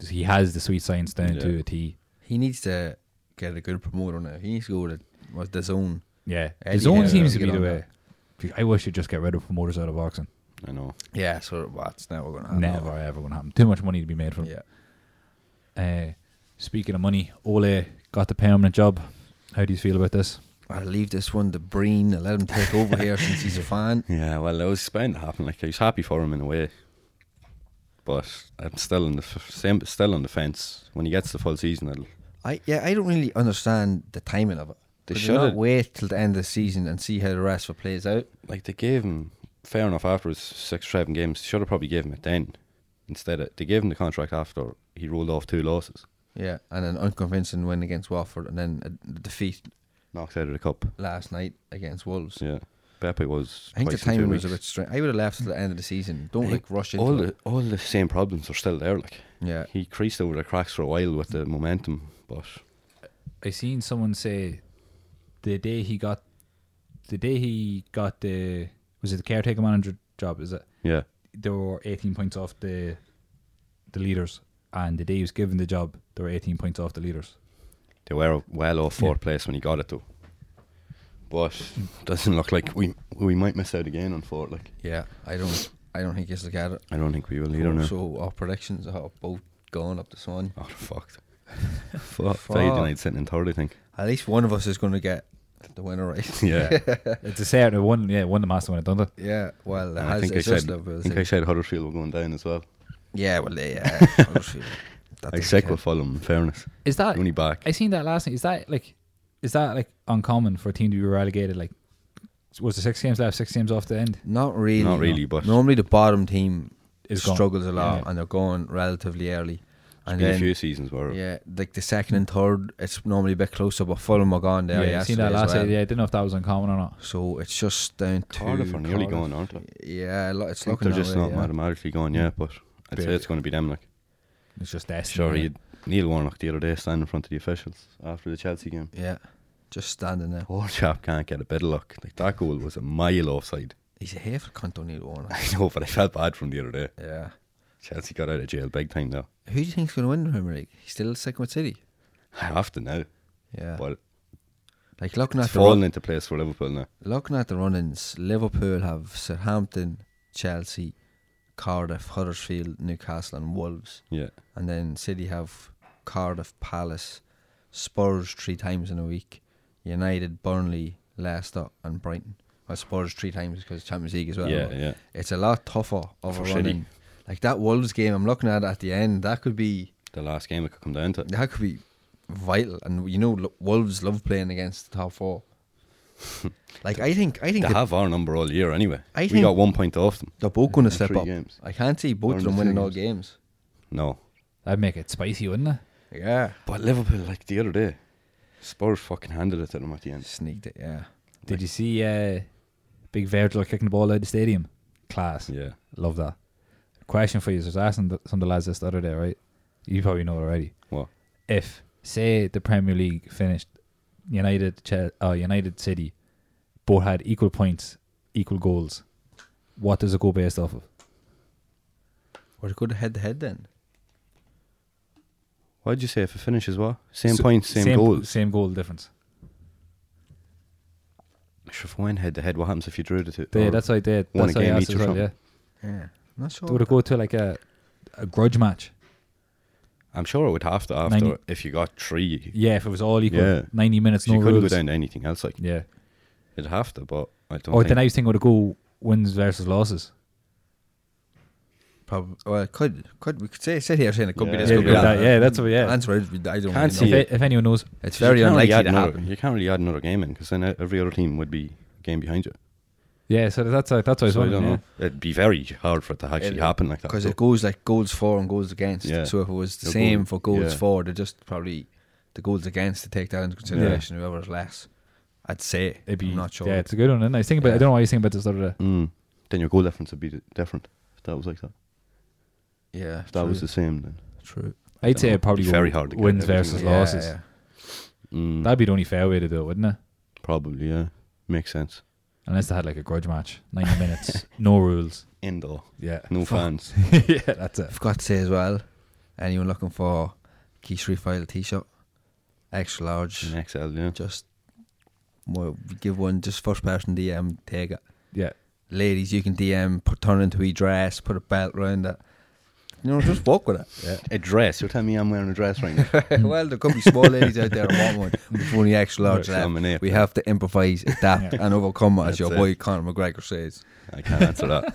Speaker 5: Just- He has the sweet science down
Speaker 6: Yeah.
Speaker 5: to a T.
Speaker 7: He needs to get a good promoter now. He needs to go to what's the zone.
Speaker 5: Yeah.
Speaker 7: Eddie
Speaker 5: His own
Speaker 7: Hearn
Speaker 5: seems
Speaker 7: needs
Speaker 5: to
Speaker 7: to
Speaker 5: be
Speaker 7: get
Speaker 5: the
Speaker 7: on
Speaker 5: way. I wish you'd just get rid of promoters out of boxing.
Speaker 6: I know.
Speaker 7: Yeah, so that's never gonna happen.
Speaker 5: Never ever gonna happen. Too much money to be made from.
Speaker 7: Yeah.
Speaker 5: Uh, speaking of money, Ole got the permanent job. How do you feel about this?
Speaker 7: I'll leave this one to Breen. I'll let him take over here since he's a fan.
Speaker 6: (laughs) Yeah, well, it was bound to happen. Like I was happy for him in a way, but I'm still on the f- same, still on the fence. When he gets the full season, it'll,
Speaker 7: I yeah, I don't really understand the timing of it.
Speaker 6: They
Speaker 7: Could
Speaker 6: should
Speaker 7: not
Speaker 6: have-
Speaker 7: wait till the end of the season and see how the rest of it plays out.
Speaker 6: like they gave him fair enough after his six or seven games. Should have probably gave him it then. Instead, of, they gave him the contract after he rolled off two losses,
Speaker 7: Yeah, and an unconvincing win against Watford, and then a defeat
Speaker 6: knocked out of the cup.
Speaker 7: last night against Wolves.
Speaker 6: Yeah, Pepe was.
Speaker 7: I think the
Speaker 6: twice in two
Speaker 7: timing was a
Speaker 6: weeks.
Speaker 7: bit strange. I would have left till the end of the season. Don't like rush into
Speaker 6: all
Speaker 7: it.
Speaker 6: the all the same problems are still there. Like
Speaker 7: Yeah.
Speaker 6: he creased over the cracks for a while with the momentum, but
Speaker 5: I seen someone say the day he got the day he got the was it the caretaker manager job, is it?
Speaker 6: yeah,
Speaker 5: They were eighteen points off the the leaders and the day he was given the job they were eighteen points off the leaders.
Speaker 6: They were well off fourth place when he got it though. But doesn't look like we we might miss out again on fourth. Like
Speaker 7: Yeah, I don't. I don't think he's look at it.
Speaker 6: I don't think we will either now.
Speaker 7: So our predictions are both gone up the swan.
Speaker 6: Oh fucked. Fuck. Friday night sitting in third, I think.
Speaker 7: At least one of us is going to get the winner right.
Speaker 6: (laughs) Yeah.
Speaker 5: it's a certain one yeah, one the master went done it.
Speaker 7: (laughs) yeah. Well, it
Speaker 6: And I
Speaker 7: has,
Speaker 6: think I
Speaker 7: it's
Speaker 6: said
Speaker 7: just Liverpool,
Speaker 6: I
Speaker 7: is
Speaker 6: think
Speaker 7: it?
Speaker 6: I said Huddersfield were going down as well.
Speaker 7: Yeah. Well,
Speaker 6: (laughs)
Speaker 7: yeah. I don't feel- that
Speaker 6: I
Speaker 7: doesn't
Speaker 6: said
Speaker 7: count.
Speaker 6: we'll follow him, in fairness.
Speaker 5: Is that
Speaker 6: Only back.
Speaker 5: I seen that last night. Is that like is that like uncommon for a team to be relegated like was the six games left? Six games off the end.
Speaker 7: Not really.
Speaker 6: Not
Speaker 7: no.
Speaker 6: really, but-
Speaker 7: normally the bottom team
Speaker 5: Is gone.
Speaker 7: struggles a lot,
Speaker 5: Yeah.
Speaker 7: and they're going relatively early. And
Speaker 6: been a
Speaker 7: then-
Speaker 6: few seasons where
Speaker 7: yeah, like the second and third, it's normally a bit closer, but Fulham are gone there.
Speaker 5: yeah, you seen
Speaker 7: yesterday
Speaker 5: that
Speaker 7: Oh, as
Speaker 5: last
Speaker 7: well.
Speaker 5: year. Yeah, I didn't know if that was uncommon or not.
Speaker 7: So it's just down to
Speaker 6: Cardiff are nearly
Speaker 7: Cardiff.
Speaker 6: going, aren't they?
Speaker 7: Yeah, lo- it's
Speaker 6: I think
Speaker 7: looking
Speaker 6: they're
Speaker 7: that
Speaker 6: just
Speaker 7: way,
Speaker 6: not
Speaker 7: yeah.
Speaker 6: mathematically going yet, but I'd say
Speaker 5: Barely.
Speaker 6: it's going to be them. Like,
Speaker 5: It's just destiny.
Speaker 6: sure,
Speaker 5: innit?
Speaker 6: you Neil Warnock the other day standing in front of the officials after the Chelsea game.
Speaker 7: Yeah, just standing there.
Speaker 6: Poor chap can't get a bit of luck. Like that goal was a mile offside. (laughs)
Speaker 7: He's a heifer cunt, don't need one.
Speaker 6: I know, but I felt bad from the other day.
Speaker 7: Yeah.
Speaker 6: Chelsea got out of jail big time now.
Speaker 7: Who do you think's going to win the Premier League? He's still second with City.
Speaker 6: I have to now,
Speaker 7: Yeah.
Speaker 6: but
Speaker 7: like looking
Speaker 6: it's
Speaker 7: at the run,
Speaker 6: fallen into place for Liverpool now.
Speaker 7: looking at the run-ins, Liverpool have Southampton, Chelsea, Cardiff, Huddersfield, Newcastle, and Wolves,
Speaker 6: Yeah,
Speaker 7: and then City have Cardiff, Palace, Spurs three times in a week, United, Burnley, Leicester, and Brighton. Well, Spurs three times because Champions League as well.
Speaker 6: Yeah,
Speaker 7: but
Speaker 6: yeah.
Speaker 7: It's a lot tougher of
Speaker 6: For
Speaker 7: a
Speaker 6: City.
Speaker 7: run-in. Like that Wolves game, I'm looking at at the end. That could be
Speaker 6: the last game it could come down to.
Speaker 7: that could be vital. And you know, lo- Wolves love playing against the top
Speaker 6: (laughs)
Speaker 7: four. like I think, I think
Speaker 6: They
Speaker 7: the-
Speaker 6: have our number all year anyway.
Speaker 7: I
Speaker 6: we
Speaker 7: think-
Speaker 6: got one point off them.
Speaker 7: they're both going to
Speaker 6: in
Speaker 7: slip
Speaker 6: three
Speaker 7: up.
Speaker 6: games.
Speaker 7: I can't see both
Speaker 6: Or
Speaker 7: of
Speaker 6: in
Speaker 7: them
Speaker 6: the
Speaker 7: winning
Speaker 6: three
Speaker 7: all games.
Speaker 6: No,
Speaker 5: That'd make it spicy, wouldn't it?
Speaker 7: Yeah,
Speaker 6: but Liverpool like the other day, Spurs fucking handed it to them at the end.
Speaker 7: sneaked it. Yeah,
Speaker 5: Did you see uh, Big Virgil kicking the ball out of the stadium? Class.
Speaker 6: Yeah,
Speaker 5: Love that. Question for you. So I was asking th- some of the lads this the other day, right? You probably know it already.
Speaker 6: what?
Speaker 5: If, say, the Premier League finished United, Chel- uh, United City, both had equal points, equal goals, what does it go based off of?
Speaker 7: or it could head to head then.
Speaker 6: Why'd you say if it finishes what? Same
Speaker 5: So-
Speaker 6: points, same, goals.
Speaker 5: Same goal difference.
Speaker 6: Sure, if we went head to head, what happens if you drew the two?
Speaker 5: They,
Speaker 6: or
Speaker 5: that's how they.
Speaker 6: won a
Speaker 5: That's how I
Speaker 6: game
Speaker 5: asked
Speaker 6: each
Speaker 5: as
Speaker 6: or
Speaker 5: well,
Speaker 6: something.
Speaker 5: yeah.
Speaker 7: Yeah, not sure.
Speaker 5: Would it go to like a, a grudge match?
Speaker 6: I'm sure it would have to after
Speaker 5: 90
Speaker 6: if you got three.
Speaker 5: Yeah, if it was all equal,
Speaker 6: Yeah.
Speaker 5: ninety minutes,
Speaker 6: 'Cause
Speaker 5: no
Speaker 6: you couldn't
Speaker 5: rules.
Speaker 6: go down to anything else. Like
Speaker 5: Yeah.
Speaker 6: it'd have to, but I don't.
Speaker 5: Or
Speaker 6: think
Speaker 5: the nice thing would go wins versus losses.
Speaker 7: Probably. Well, it could could we could say sit here saying it could be
Speaker 6: Yeah,
Speaker 7: this,
Speaker 6: yeah,
Speaker 7: could
Speaker 6: yeah,
Speaker 7: be
Speaker 6: that-
Speaker 7: that.
Speaker 5: yeah, that's what. Yeah.
Speaker 7: Answer is I don't
Speaker 6: Can't
Speaker 7: really
Speaker 6: see
Speaker 5: if,
Speaker 7: know.
Speaker 6: it.
Speaker 5: if anyone knows,
Speaker 7: It's
Speaker 6: 'Cause you
Speaker 7: very
Speaker 6: can't really
Speaker 7: unlikely
Speaker 6: add
Speaker 7: to
Speaker 6: another-
Speaker 7: happen.
Speaker 6: You can't really add another game in because then e- every other team would be a game behind you.
Speaker 5: yeah. So that's how, that's what I was
Speaker 6: So I
Speaker 5: wondering.
Speaker 6: don't
Speaker 5: yeah.
Speaker 6: know. It'd be very hard for it to actually
Speaker 7: It'll-
Speaker 6: happen like that.
Speaker 7: because
Speaker 6: so-
Speaker 7: it goes like goals for and goals against.
Speaker 6: Yeah.
Speaker 7: So if it was the
Speaker 6: The
Speaker 7: same
Speaker 6: goal-
Speaker 7: for goals
Speaker 6: yeah.
Speaker 7: for, they just probably the goals against to take that into consideration. Whoever's less, I'd say.
Speaker 5: It'd be
Speaker 7: I'm not sure.
Speaker 5: Yeah, it's a good one. And I was thinking about. I don't know why you think about this other day.
Speaker 6: Mm. Then your goal difference would be di- different. If that was like that.
Speaker 7: yeah,
Speaker 6: If that was the same, then.
Speaker 7: true.
Speaker 5: I'd say
Speaker 6: know.
Speaker 5: it probably
Speaker 6: Be
Speaker 5: very
Speaker 6: very hard to get
Speaker 5: wins
Speaker 6: everything
Speaker 5: versus
Speaker 6: right.
Speaker 7: Yeah,
Speaker 5: losses.
Speaker 7: yeah.
Speaker 6: Mm,
Speaker 5: That'd be the only fair way to do it, wouldn't it?
Speaker 6: probably, yeah. Makes sense.
Speaker 5: Unless they had like a grudge match, ninety
Speaker 6: (laughs)
Speaker 5: minutes, no rules.
Speaker 6: Indoor.
Speaker 5: Yeah.
Speaker 7: (laughs)
Speaker 6: No fans.
Speaker 5: (laughs) yeah, that's it.
Speaker 7: I forgot to say as well. Anyone looking for Key Street File T-shirt, extra large,
Speaker 6: In XL, yeah.
Speaker 7: just well, give one. Just first person DM, take it.
Speaker 5: Yeah.
Speaker 6: (laughs)
Speaker 7: Ladies, you can DM, put, turn into a dress, put a belt round it. You know, just walk
Speaker 6: (laughs)
Speaker 7: with it.
Speaker 6: A dress. You're telling me I'm wearing a dress right
Speaker 7: (laughs)
Speaker 6: now.
Speaker 7: well, there could be small ladies out there who want one. We've only extra large
Speaker 6: Right, I'm an
Speaker 7: left.
Speaker 6: ape.
Speaker 7: We have to improvise, adapt, and overcome, as
Speaker 6: That's
Speaker 7: your
Speaker 6: it.
Speaker 7: boy Conor McGregor says.
Speaker 6: I can't answer that.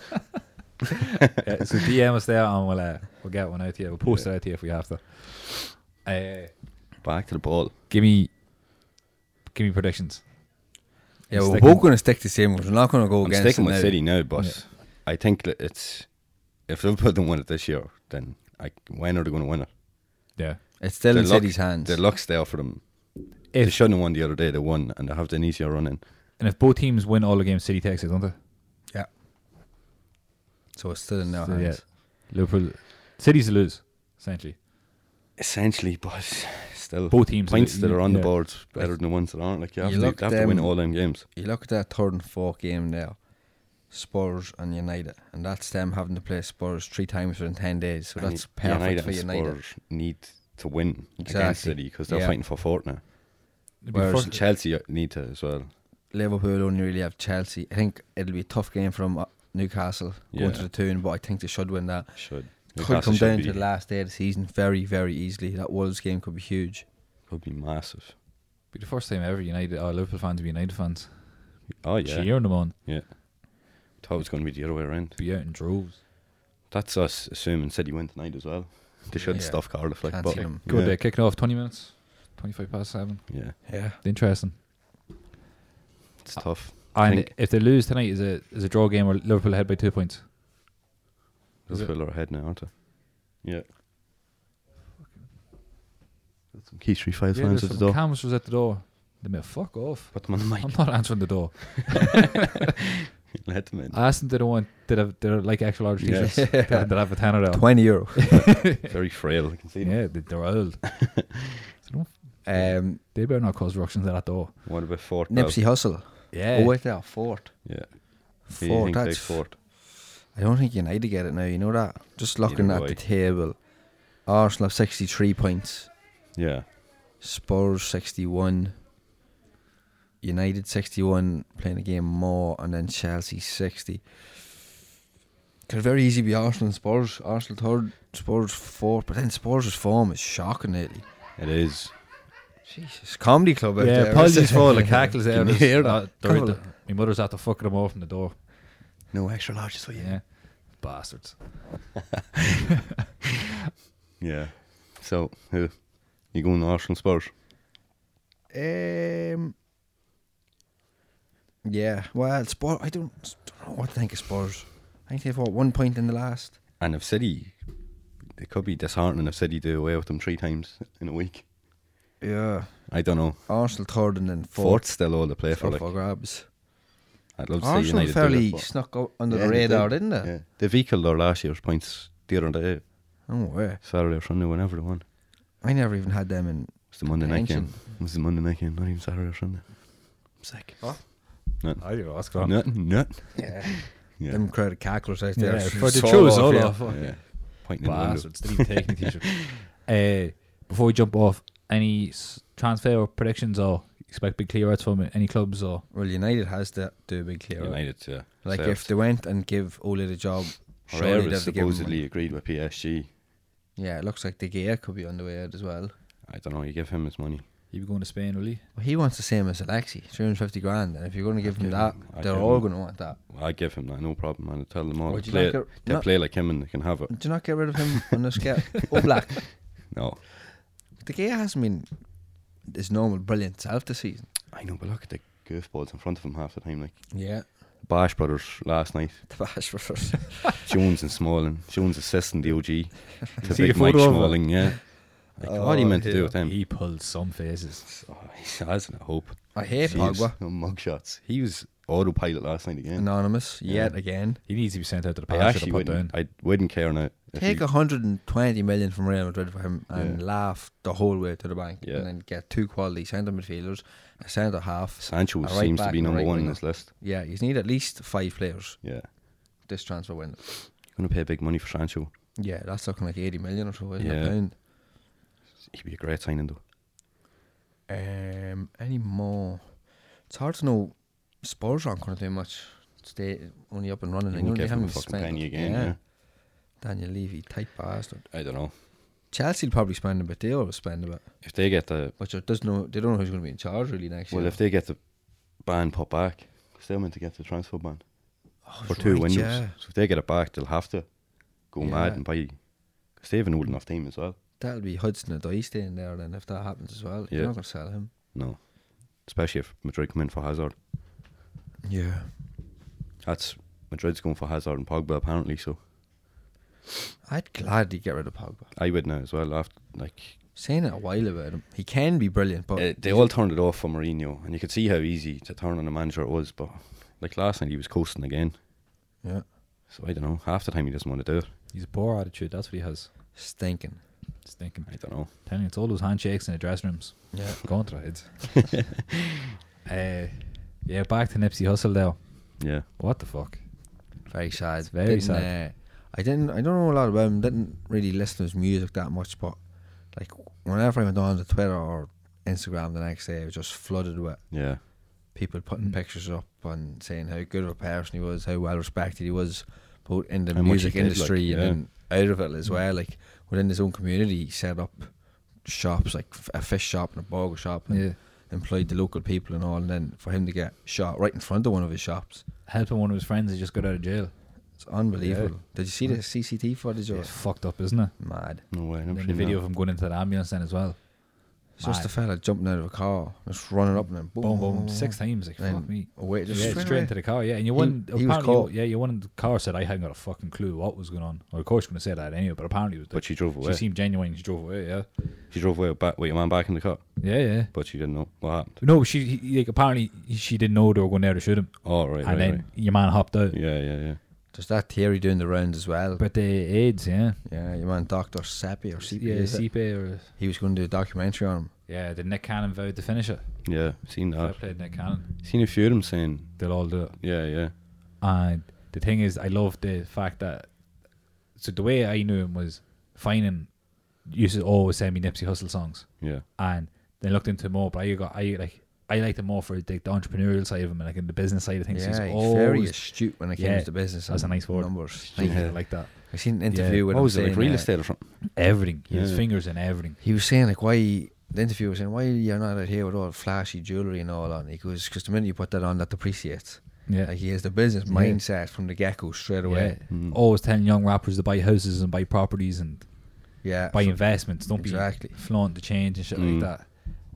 Speaker 5: yeah, so DM us there and we'll uh, we'll get one out here. We'll post it out here if we have to. Uh,
Speaker 6: Back to the ball.
Speaker 5: give me, give me predictions.
Speaker 7: Yeah,
Speaker 5: I'm
Speaker 7: we're
Speaker 5: sticking-
Speaker 7: both going to stick to same ones. We're not going to go
Speaker 6: I'm
Speaker 7: against
Speaker 6: sticking
Speaker 7: it
Speaker 6: with
Speaker 7: now.
Speaker 6: City now, but I think that it's. If Liverpool don't win it this year, then I, when are they going to win it?
Speaker 5: Yeah.
Speaker 7: It's still in
Speaker 6: Their luck-
Speaker 7: City's hands.
Speaker 6: Their luck's there for them. they
Speaker 5: If-
Speaker 6: shouldn't have won the other day. They won, and they have an easier run in.
Speaker 5: And if both teams win all the games, City takes it, don't they?
Speaker 7: Yeah. So it's still in their
Speaker 5: So, yeah.
Speaker 7: hands.
Speaker 5: Liverpool, City's to lose essentially.
Speaker 6: Essentially, but still,
Speaker 5: Both teams
Speaker 6: points
Speaker 5: are-
Speaker 6: that are on
Speaker 5: yeah.
Speaker 6: the boards better than the ones that aren't. Like you have,
Speaker 7: You
Speaker 6: to, you
Speaker 7: look
Speaker 6: have to win
Speaker 7: them-
Speaker 6: all them games.
Speaker 7: You look at that third and fourth game there, Spurs and United, and that's them having to play Spurs three times within ten days. So
Speaker 6: And
Speaker 7: that's
Speaker 6: y-
Speaker 7: perfect
Speaker 6: United
Speaker 7: for
Speaker 6: and
Speaker 7: United.
Speaker 6: Spurs need to win against
Speaker 7: Exactly.
Speaker 6: City because they're
Speaker 7: Yeah.
Speaker 6: fighting for fourth now.
Speaker 5: It'd be
Speaker 7: Whereas-
Speaker 5: first-
Speaker 6: Chelsea uh, need to as well.
Speaker 7: Liverpool only really have Chelsea. I think it'll be a tough game from uh, Newcastle going
Speaker 6: Yeah.
Speaker 7: to the tune, but I think they should win that.
Speaker 6: Should
Speaker 7: could
Speaker 6: Newcastle
Speaker 7: come
Speaker 6: should
Speaker 7: down
Speaker 6: be,
Speaker 7: to the last day of the season very, very easily. That Wolves game could be huge.
Speaker 6: Could be massive.
Speaker 5: be the first time ever United or Liverpool fans to be United fans.
Speaker 6: Oh yeah,
Speaker 5: Cheering them on,
Speaker 6: yeah. Thought it was going to be the other way around.
Speaker 5: be out in droves.
Speaker 6: That's us assuming City win tonight as well. They should
Speaker 7: Yeah.
Speaker 6: stuff Cardiff like
Speaker 7: Can't
Speaker 6: but,
Speaker 7: see them.
Speaker 5: Good
Speaker 6: yeah.
Speaker 5: day, kicking off twenty minutes, twenty-five past seven.
Speaker 6: yeah,
Speaker 7: Yeah.
Speaker 5: Interesting.
Speaker 6: it's tough.
Speaker 5: And
Speaker 6: think-
Speaker 5: if they lose tonight, is a is a draw game where Liverpool ahead by two points. Is it-
Speaker 6: Liverpool are ahead now, aren't they? Yeah. Got some Key Street Files fans at the door.
Speaker 5: Camus was at the door. They made fuck off.
Speaker 6: Put them on the mic.
Speaker 5: I'm not answering the door.
Speaker 6: Let them in.
Speaker 5: I asked them did they want did have did they like actual Irish
Speaker 6: Yeah.
Speaker 5: t-shirts. Did they did they have a tenner out?
Speaker 7: Twenty euro.
Speaker 6: (laughs) Very frail. I can see them.
Speaker 5: Yeah, they, they're (laughs) old. So don't-
Speaker 7: um,
Speaker 5: they better not cause ructions at that door.
Speaker 6: What about Fort? now?
Speaker 7: Nipsey Hussle.
Speaker 5: Yeah.
Speaker 7: Oh wait, there Fort.
Speaker 6: Yeah. Who do you
Speaker 7: Fort.
Speaker 6: think
Speaker 7: That's
Speaker 6: takes Fort?
Speaker 7: I don't think United get it now. You know that. Just
Speaker 6: Neither
Speaker 7: looking
Speaker 6: do
Speaker 7: at
Speaker 6: I.
Speaker 7: the table, Arsenal have sixty-three points,
Speaker 6: Yeah.
Speaker 7: Spurs sixty-one, United sixty-one, playing a game more, and then Chelsea sixty. Could very easily be Arsenal and Spurs. Arsenal third, Spurs fourth, but then Spurs' form is shocking lately.
Speaker 6: It is.
Speaker 7: Jesus, comedy club out
Speaker 5: yeah,
Speaker 7: there.
Speaker 5: apologies for all the cackles
Speaker 7: (laughs) Can
Speaker 5: there.
Speaker 7: you hear that? Cool.
Speaker 5: my mother's after fucking them off from the door.
Speaker 6: No extra larges for
Speaker 5: Yeah. Bastards.
Speaker 6: Yeah. So, who? You going to Arsenal Spurs?
Speaker 7: Um. Yeah, well, Spurs. I don't, don't know what to think of Spurs. I think they've got one point in the last.
Speaker 6: And if City, it could be disheartening if City do away with them three times in a week.
Speaker 7: Yeah,
Speaker 6: I don't know.
Speaker 7: Arsenal third and then
Speaker 6: Fourth's
Speaker 7: fourth.
Speaker 6: still all to play for.
Speaker 7: Up
Speaker 6: Like,
Speaker 7: for grabs.
Speaker 6: I'd love to see
Speaker 7: Arsenal
Speaker 6: United
Speaker 7: fairly
Speaker 6: do it, but-
Speaker 7: snuck out under
Speaker 6: Yeah,
Speaker 7: the
Speaker 6: they
Speaker 7: radar, did. not they?
Speaker 6: Yeah. They've equalled their last year's points the other day,
Speaker 7: Oh, way.
Speaker 6: Saturday or Sunday, whenever they won.
Speaker 7: I never even had them in.
Speaker 6: It's the Monday night game.
Speaker 7: Attention.
Speaker 6: It was the Monday night game, not even Saturday or Sunday.
Speaker 7: Sick.
Speaker 5: I don't know what's going on.
Speaker 6: Nut, nut.
Speaker 7: Yeah.
Speaker 6: Yeah.
Speaker 7: Them crowd of cacklers out
Speaker 5: Yeah,
Speaker 7: there.
Speaker 5: for the
Speaker 7: Sawed
Speaker 5: shows
Speaker 7: off,
Speaker 5: all
Speaker 7: yeah.
Speaker 5: off.
Speaker 6: yeah. Pointing in the window.
Speaker 5: Bastards. Didn't even take
Speaker 6: (laughs)
Speaker 5: any t-shirt. Uh, before we jump off, any s- transfer or predictions or expect big clear outs from any clubs or
Speaker 7: Well, United has to do a big clear. out.
Speaker 6: United, yeah.
Speaker 7: Like
Speaker 6: So
Speaker 7: if they went and give Ole the job, surely they'd
Speaker 6: Herrera's
Speaker 7: have to give him one.
Speaker 6: supposedly agreed with PSG.
Speaker 7: Yeah, it looks like the gear could be on the way out as well.
Speaker 6: I don't know. You give him his money.
Speaker 5: you be going to Spain, will you?
Speaker 7: Well, he wants the same as Alexi, 350 grand. And if you're going to give him
Speaker 6: give
Speaker 7: that,
Speaker 6: him- I'd
Speaker 7: they're
Speaker 6: give
Speaker 7: all
Speaker 6: him-
Speaker 7: going to want that.
Speaker 6: I give him that, no problem, man. I tell them all
Speaker 7: Would
Speaker 6: to
Speaker 7: you
Speaker 6: play,
Speaker 7: like
Speaker 6: it-
Speaker 7: a-
Speaker 6: they
Speaker 7: not- Mm.
Speaker 6: play like him and they can have it.
Speaker 7: Do you not get rid of
Speaker 6: (laughs)
Speaker 7: him on this get Oh, black.
Speaker 6: No,
Speaker 7: The guy hasn't been his normal brilliant self this season.
Speaker 6: I know, but look at the goofballs in front of him half the time. Like
Speaker 7: Yeah.
Speaker 6: Bash brothers last night,
Speaker 7: (laughs) The bash for us.
Speaker 6: Jones and Smalling, Jones assisting the OG to
Speaker 5: See
Speaker 6: big
Speaker 5: the
Speaker 6: Mike
Speaker 5: photo of it?
Speaker 6: Smalling. Yeah, like, what
Speaker 7: Oh,
Speaker 6: are you meant to do with him?
Speaker 5: He pulled some faces.
Speaker 6: Oh, he has no hope.
Speaker 7: I hate Pogba.
Speaker 6: Jeez, no mug shots. He was autopilot last night again.
Speaker 7: Anonymous, yet again.
Speaker 5: He needs to be sent out to the
Speaker 6: I
Speaker 5: pasture to
Speaker 6: actually
Speaker 5: put
Speaker 6: wouldn't.
Speaker 5: down.
Speaker 6: I wouldn't care now. if
Speaker 7: Take
Speaker 6: he-
Speaker 7: 120 million from Real Madrid for him and
Speaker 6: Yeah.
Speaker 7: laugh the whole way to the bank.
Speaker 6: Yeah.
Speaker 7: And then get two quality centre midfielders, a centre half.
Speaker 6: Sancho
Speaker 7: a right
Speaker 6: seems to
Speaker 7: back
Speaker 6: be
Speaker 7: and a
Speaker 6: number
Speaker 7: right
Speaker 6: one in
Speaker 7: winger.
Speaker 6: this list.
Speaker 7: Yeah, you need at least five players
Speaker 6: Yeah,
Speaker 7: this transfer window.
Speaker 6: gonna pay big money for Sancho.
Speaker 7: Yeah, that's looking like 80 million or so, isn't
Speaker 6: Yeah.
Speaker 7: it? Pound?
Speaker 6: He'd be a great signing though.
Speaker 7: Um, any more? It's hard to know. Spurs aren't going to do much. Stay only up and running.
Speaker 6: You
Speaker 7: They don't
Speaker 6: won't
Speaker 7: they
Speaker 6: give him a
Speaker 7: haven't
Speaker 6: fucking
Speaker 7: spent.
Speaker 6: penny again.
Speaker 7: Yeah.
Speaker 6: Yeah.
Speaker 7: Daniel Levy, tight bastard.
Speaker 6: I don't know
Speaker 7: Chelsea'll probably spend a bit. They always spend a bit,
Speaker 6: if they get the
Speaker 7: but it does know they don't know who's going to be in charge really next
Speaker 6: Well,
Speaker 7: year.
Speaker 6: if they get the ban put back, 'cause they're meant to get the transfer ban
Speaker 7: Oh,
Speaker 6: for
Speaker 7: that's
Speaker 6: two
Speaker 7: right,
Speaker 6: windows.
Speaker 7: yeah.
Speaker 6: So if they get it back, they'll have to go mad
Speaker 7: Yeah.
Speaker 6: and buy. Because they have an old enough team as well.
Speaker 7: that'll be Hudson Odoi staying there. Then if that happens as well,
Speaker 6: Yeah.
Speaker 7: you're not going to sell him.
Speaker 6: No, especially if Madrid come in for Hazard.
Speaker 7: Yeah,
Speaker 6: That's Madrid's going for Hazard and Pogba apparently. So
Speaker 7: I'd gladly get rid of Pogba.
Speaker 6: I would now as well. After like
Speaker 7: Saying it a while about him, he can be brilliant, but
Speaker 6: uh, they all turned it off for Mourinho, and you could see how easy to turn on a manager it was. But like last night, he was coasting again.
Speaker 7: yeah,
Speaker 6: So I don't know. Half the time he doesn't want to do it.
Speaker 5: He's a poor attitude. That's what he has.
Speaker 7: stinking.
Speaker 5: It's thinking.
Speaker 6: I don't know.
Speaker 5: Telling you, it's all those handshakes in the dressing rooms. (laughs)
Speaker 7: Yeah.
Speaker 5: Contra
Speaker 6: (laughs)
Speaker 5: it. uh, yeah, back to Nipsey Hussle though.
Speaker 6: Yeah.
Speaker 5: What the fuck?
Speaker 7: Very sad.
Speaker 5: very
Speaker 7: Didn't,
Speaker 5: sad.
Speaker 7: uh, I didn't. I don't know a lot about him. Didn't really listen to his music that much, but like whenever I went on to Twitter or Instagram the next day, I was just flooded with
Speaker 6: Yeah.
Speaker 7: people putting pictures up and saying how good of a person he was, how well respected he was, both in the
Speaker 6: How much he
Speaker 7: music
Speaker 6: did, like,
Speaker 7: industry
Speaker 6: yeah.
Speaker 7: and then out of it as well. Like within his own community, he set up shops like f- a fish shop and a burger shop, and
Speaker 5: Yeah.
Speaker 7: employed the local people and all. And then for him to get shot right in front of one of his shops.
Speaker 5: Helping one of his friends who just got out of jail.
Speaker 7: It's unbelievable. Did you see the CCTV footage? Or
Speaker 5: It's fucked up, isn't it?
Speaker 7: Mad.
Speaker 6: No way. I never
Speaker 5: And then
Speaker 6: seen
Speaker 5: the video of
Speaker 6: that.
Speaker 5: him going into the ambulance then as well.
Speaker 7: It's just a fella jumping out of a car, just running up and then
Speaker 5: boom,
Speaker 7: boom,
Speaker 5: boom, six times. Like,
Speaker 7: and
Speaker 5: fuck me.
Speaker 7: Away, just
Speaker 5: yeah, straight,
Speaker 7: away.
Speaker 5: into the car. Yeah, and you
Speaker 7: He-
Speaker 5: won.
Speaker 7: he was caught.
Speaker 5: yeah, you won. The car said I hadn't got a fucking clue what was going on. Well, of course, going to say that anyway. But apparently, it was
Speaker 6: But she drove away.
Speaker 5: She seemed genuine. She drove away. Yeah,
Speaker 6: She drove away back with your man back in the car,
Speaker 5: yeah, yeah.
Speaker 6: but she didn't know what happened.
Speaker 5: No, she he, like apparently she didn't know they were going there to shoot him,
Speaker 6: Oh right, right,
Speaker 5: and then
Speaker 6: right.
Speaker 5: your man hopped out.
Speaker 6: Yeah, yeah, yeah.
Speaker 7: There's that theory doing the rounds as well.
Speaker 5: But the AIDS, yeah,
Speaker 7: yeah, your man Doctor Seppi or CP.
Speaker 5: yeah,
Speaker 7: is it?
Speaker 5: Sipe or
Speaker 7: He was going to do a documentary on him.
Speaker 5: yeah, the Nick Cannon vowed to finish it.
Speaker 6: Yeah, seen
Speaker 5: I
Speaker 6: that.
Speaker 5: played Nick Cannon.
Speaker 6: Seen a few of them saying,
Speaker 5: They'll all do it.
Speaker 6: yeah, yeah,
Speaker 5: And the thing is, I love the fact that. So the way I knew him was Finan used to always send me Nipsey Hussle songs,
Speaker 6: yeah,
Speaker 5: and then looked into him more. But I got I like I liked him more for like the entrepreneurial side of him, and like in the business side of things.
Speaker 7: Yeah,
Speaker 5: he's
Speaker 7: he's
Speaker 5: always
Speaker 7: very astute when it comes
Speaker 5: Yeah,
Speaker 7: to business.
Speaker 5: that's a
Speaker 7: and
Speaker 5: nice word.
Speaker 7: Numbers.
Speaker 5: like,
Speaker 7: Like,
Speaker 5: like that.
Speaker 7: I seen an interview
Speaker 5: Yeah.
Speaker 7: with
Speaker 6: What
Speaker 7: him.
Speaker 6: was it
Speaker 7: saying,
Speaker 6: like real
Speaker 7: uh,
Speaker 6: estate or something?
Speaker 5: Everything. He has
Speaker 6: Yeah.
Speaker 5: fingers in everything.
Speaker 7: He was saying like why the interviewer was saying why you're not out here with all flashy jewelry and all on. He goes because the minute you put that on, that depreciates.
Speaker 5: Yeah.
Speaker 7: Like he has the business mindset from the get go straight
Speaker 5: Yeah.
Speaker 7: away.
Speaker 5: Always telling young rappers to buy houses and buy properties and
Speaker 7: Yeah.
Speaker 5: buy
Speaker 7: so
Speaker 5: investments. Don't
Speaker 7: Exactly.
Speaker 5: be flaunt the change and shit like
Speaker 6: Mm.
Speaker 5: that.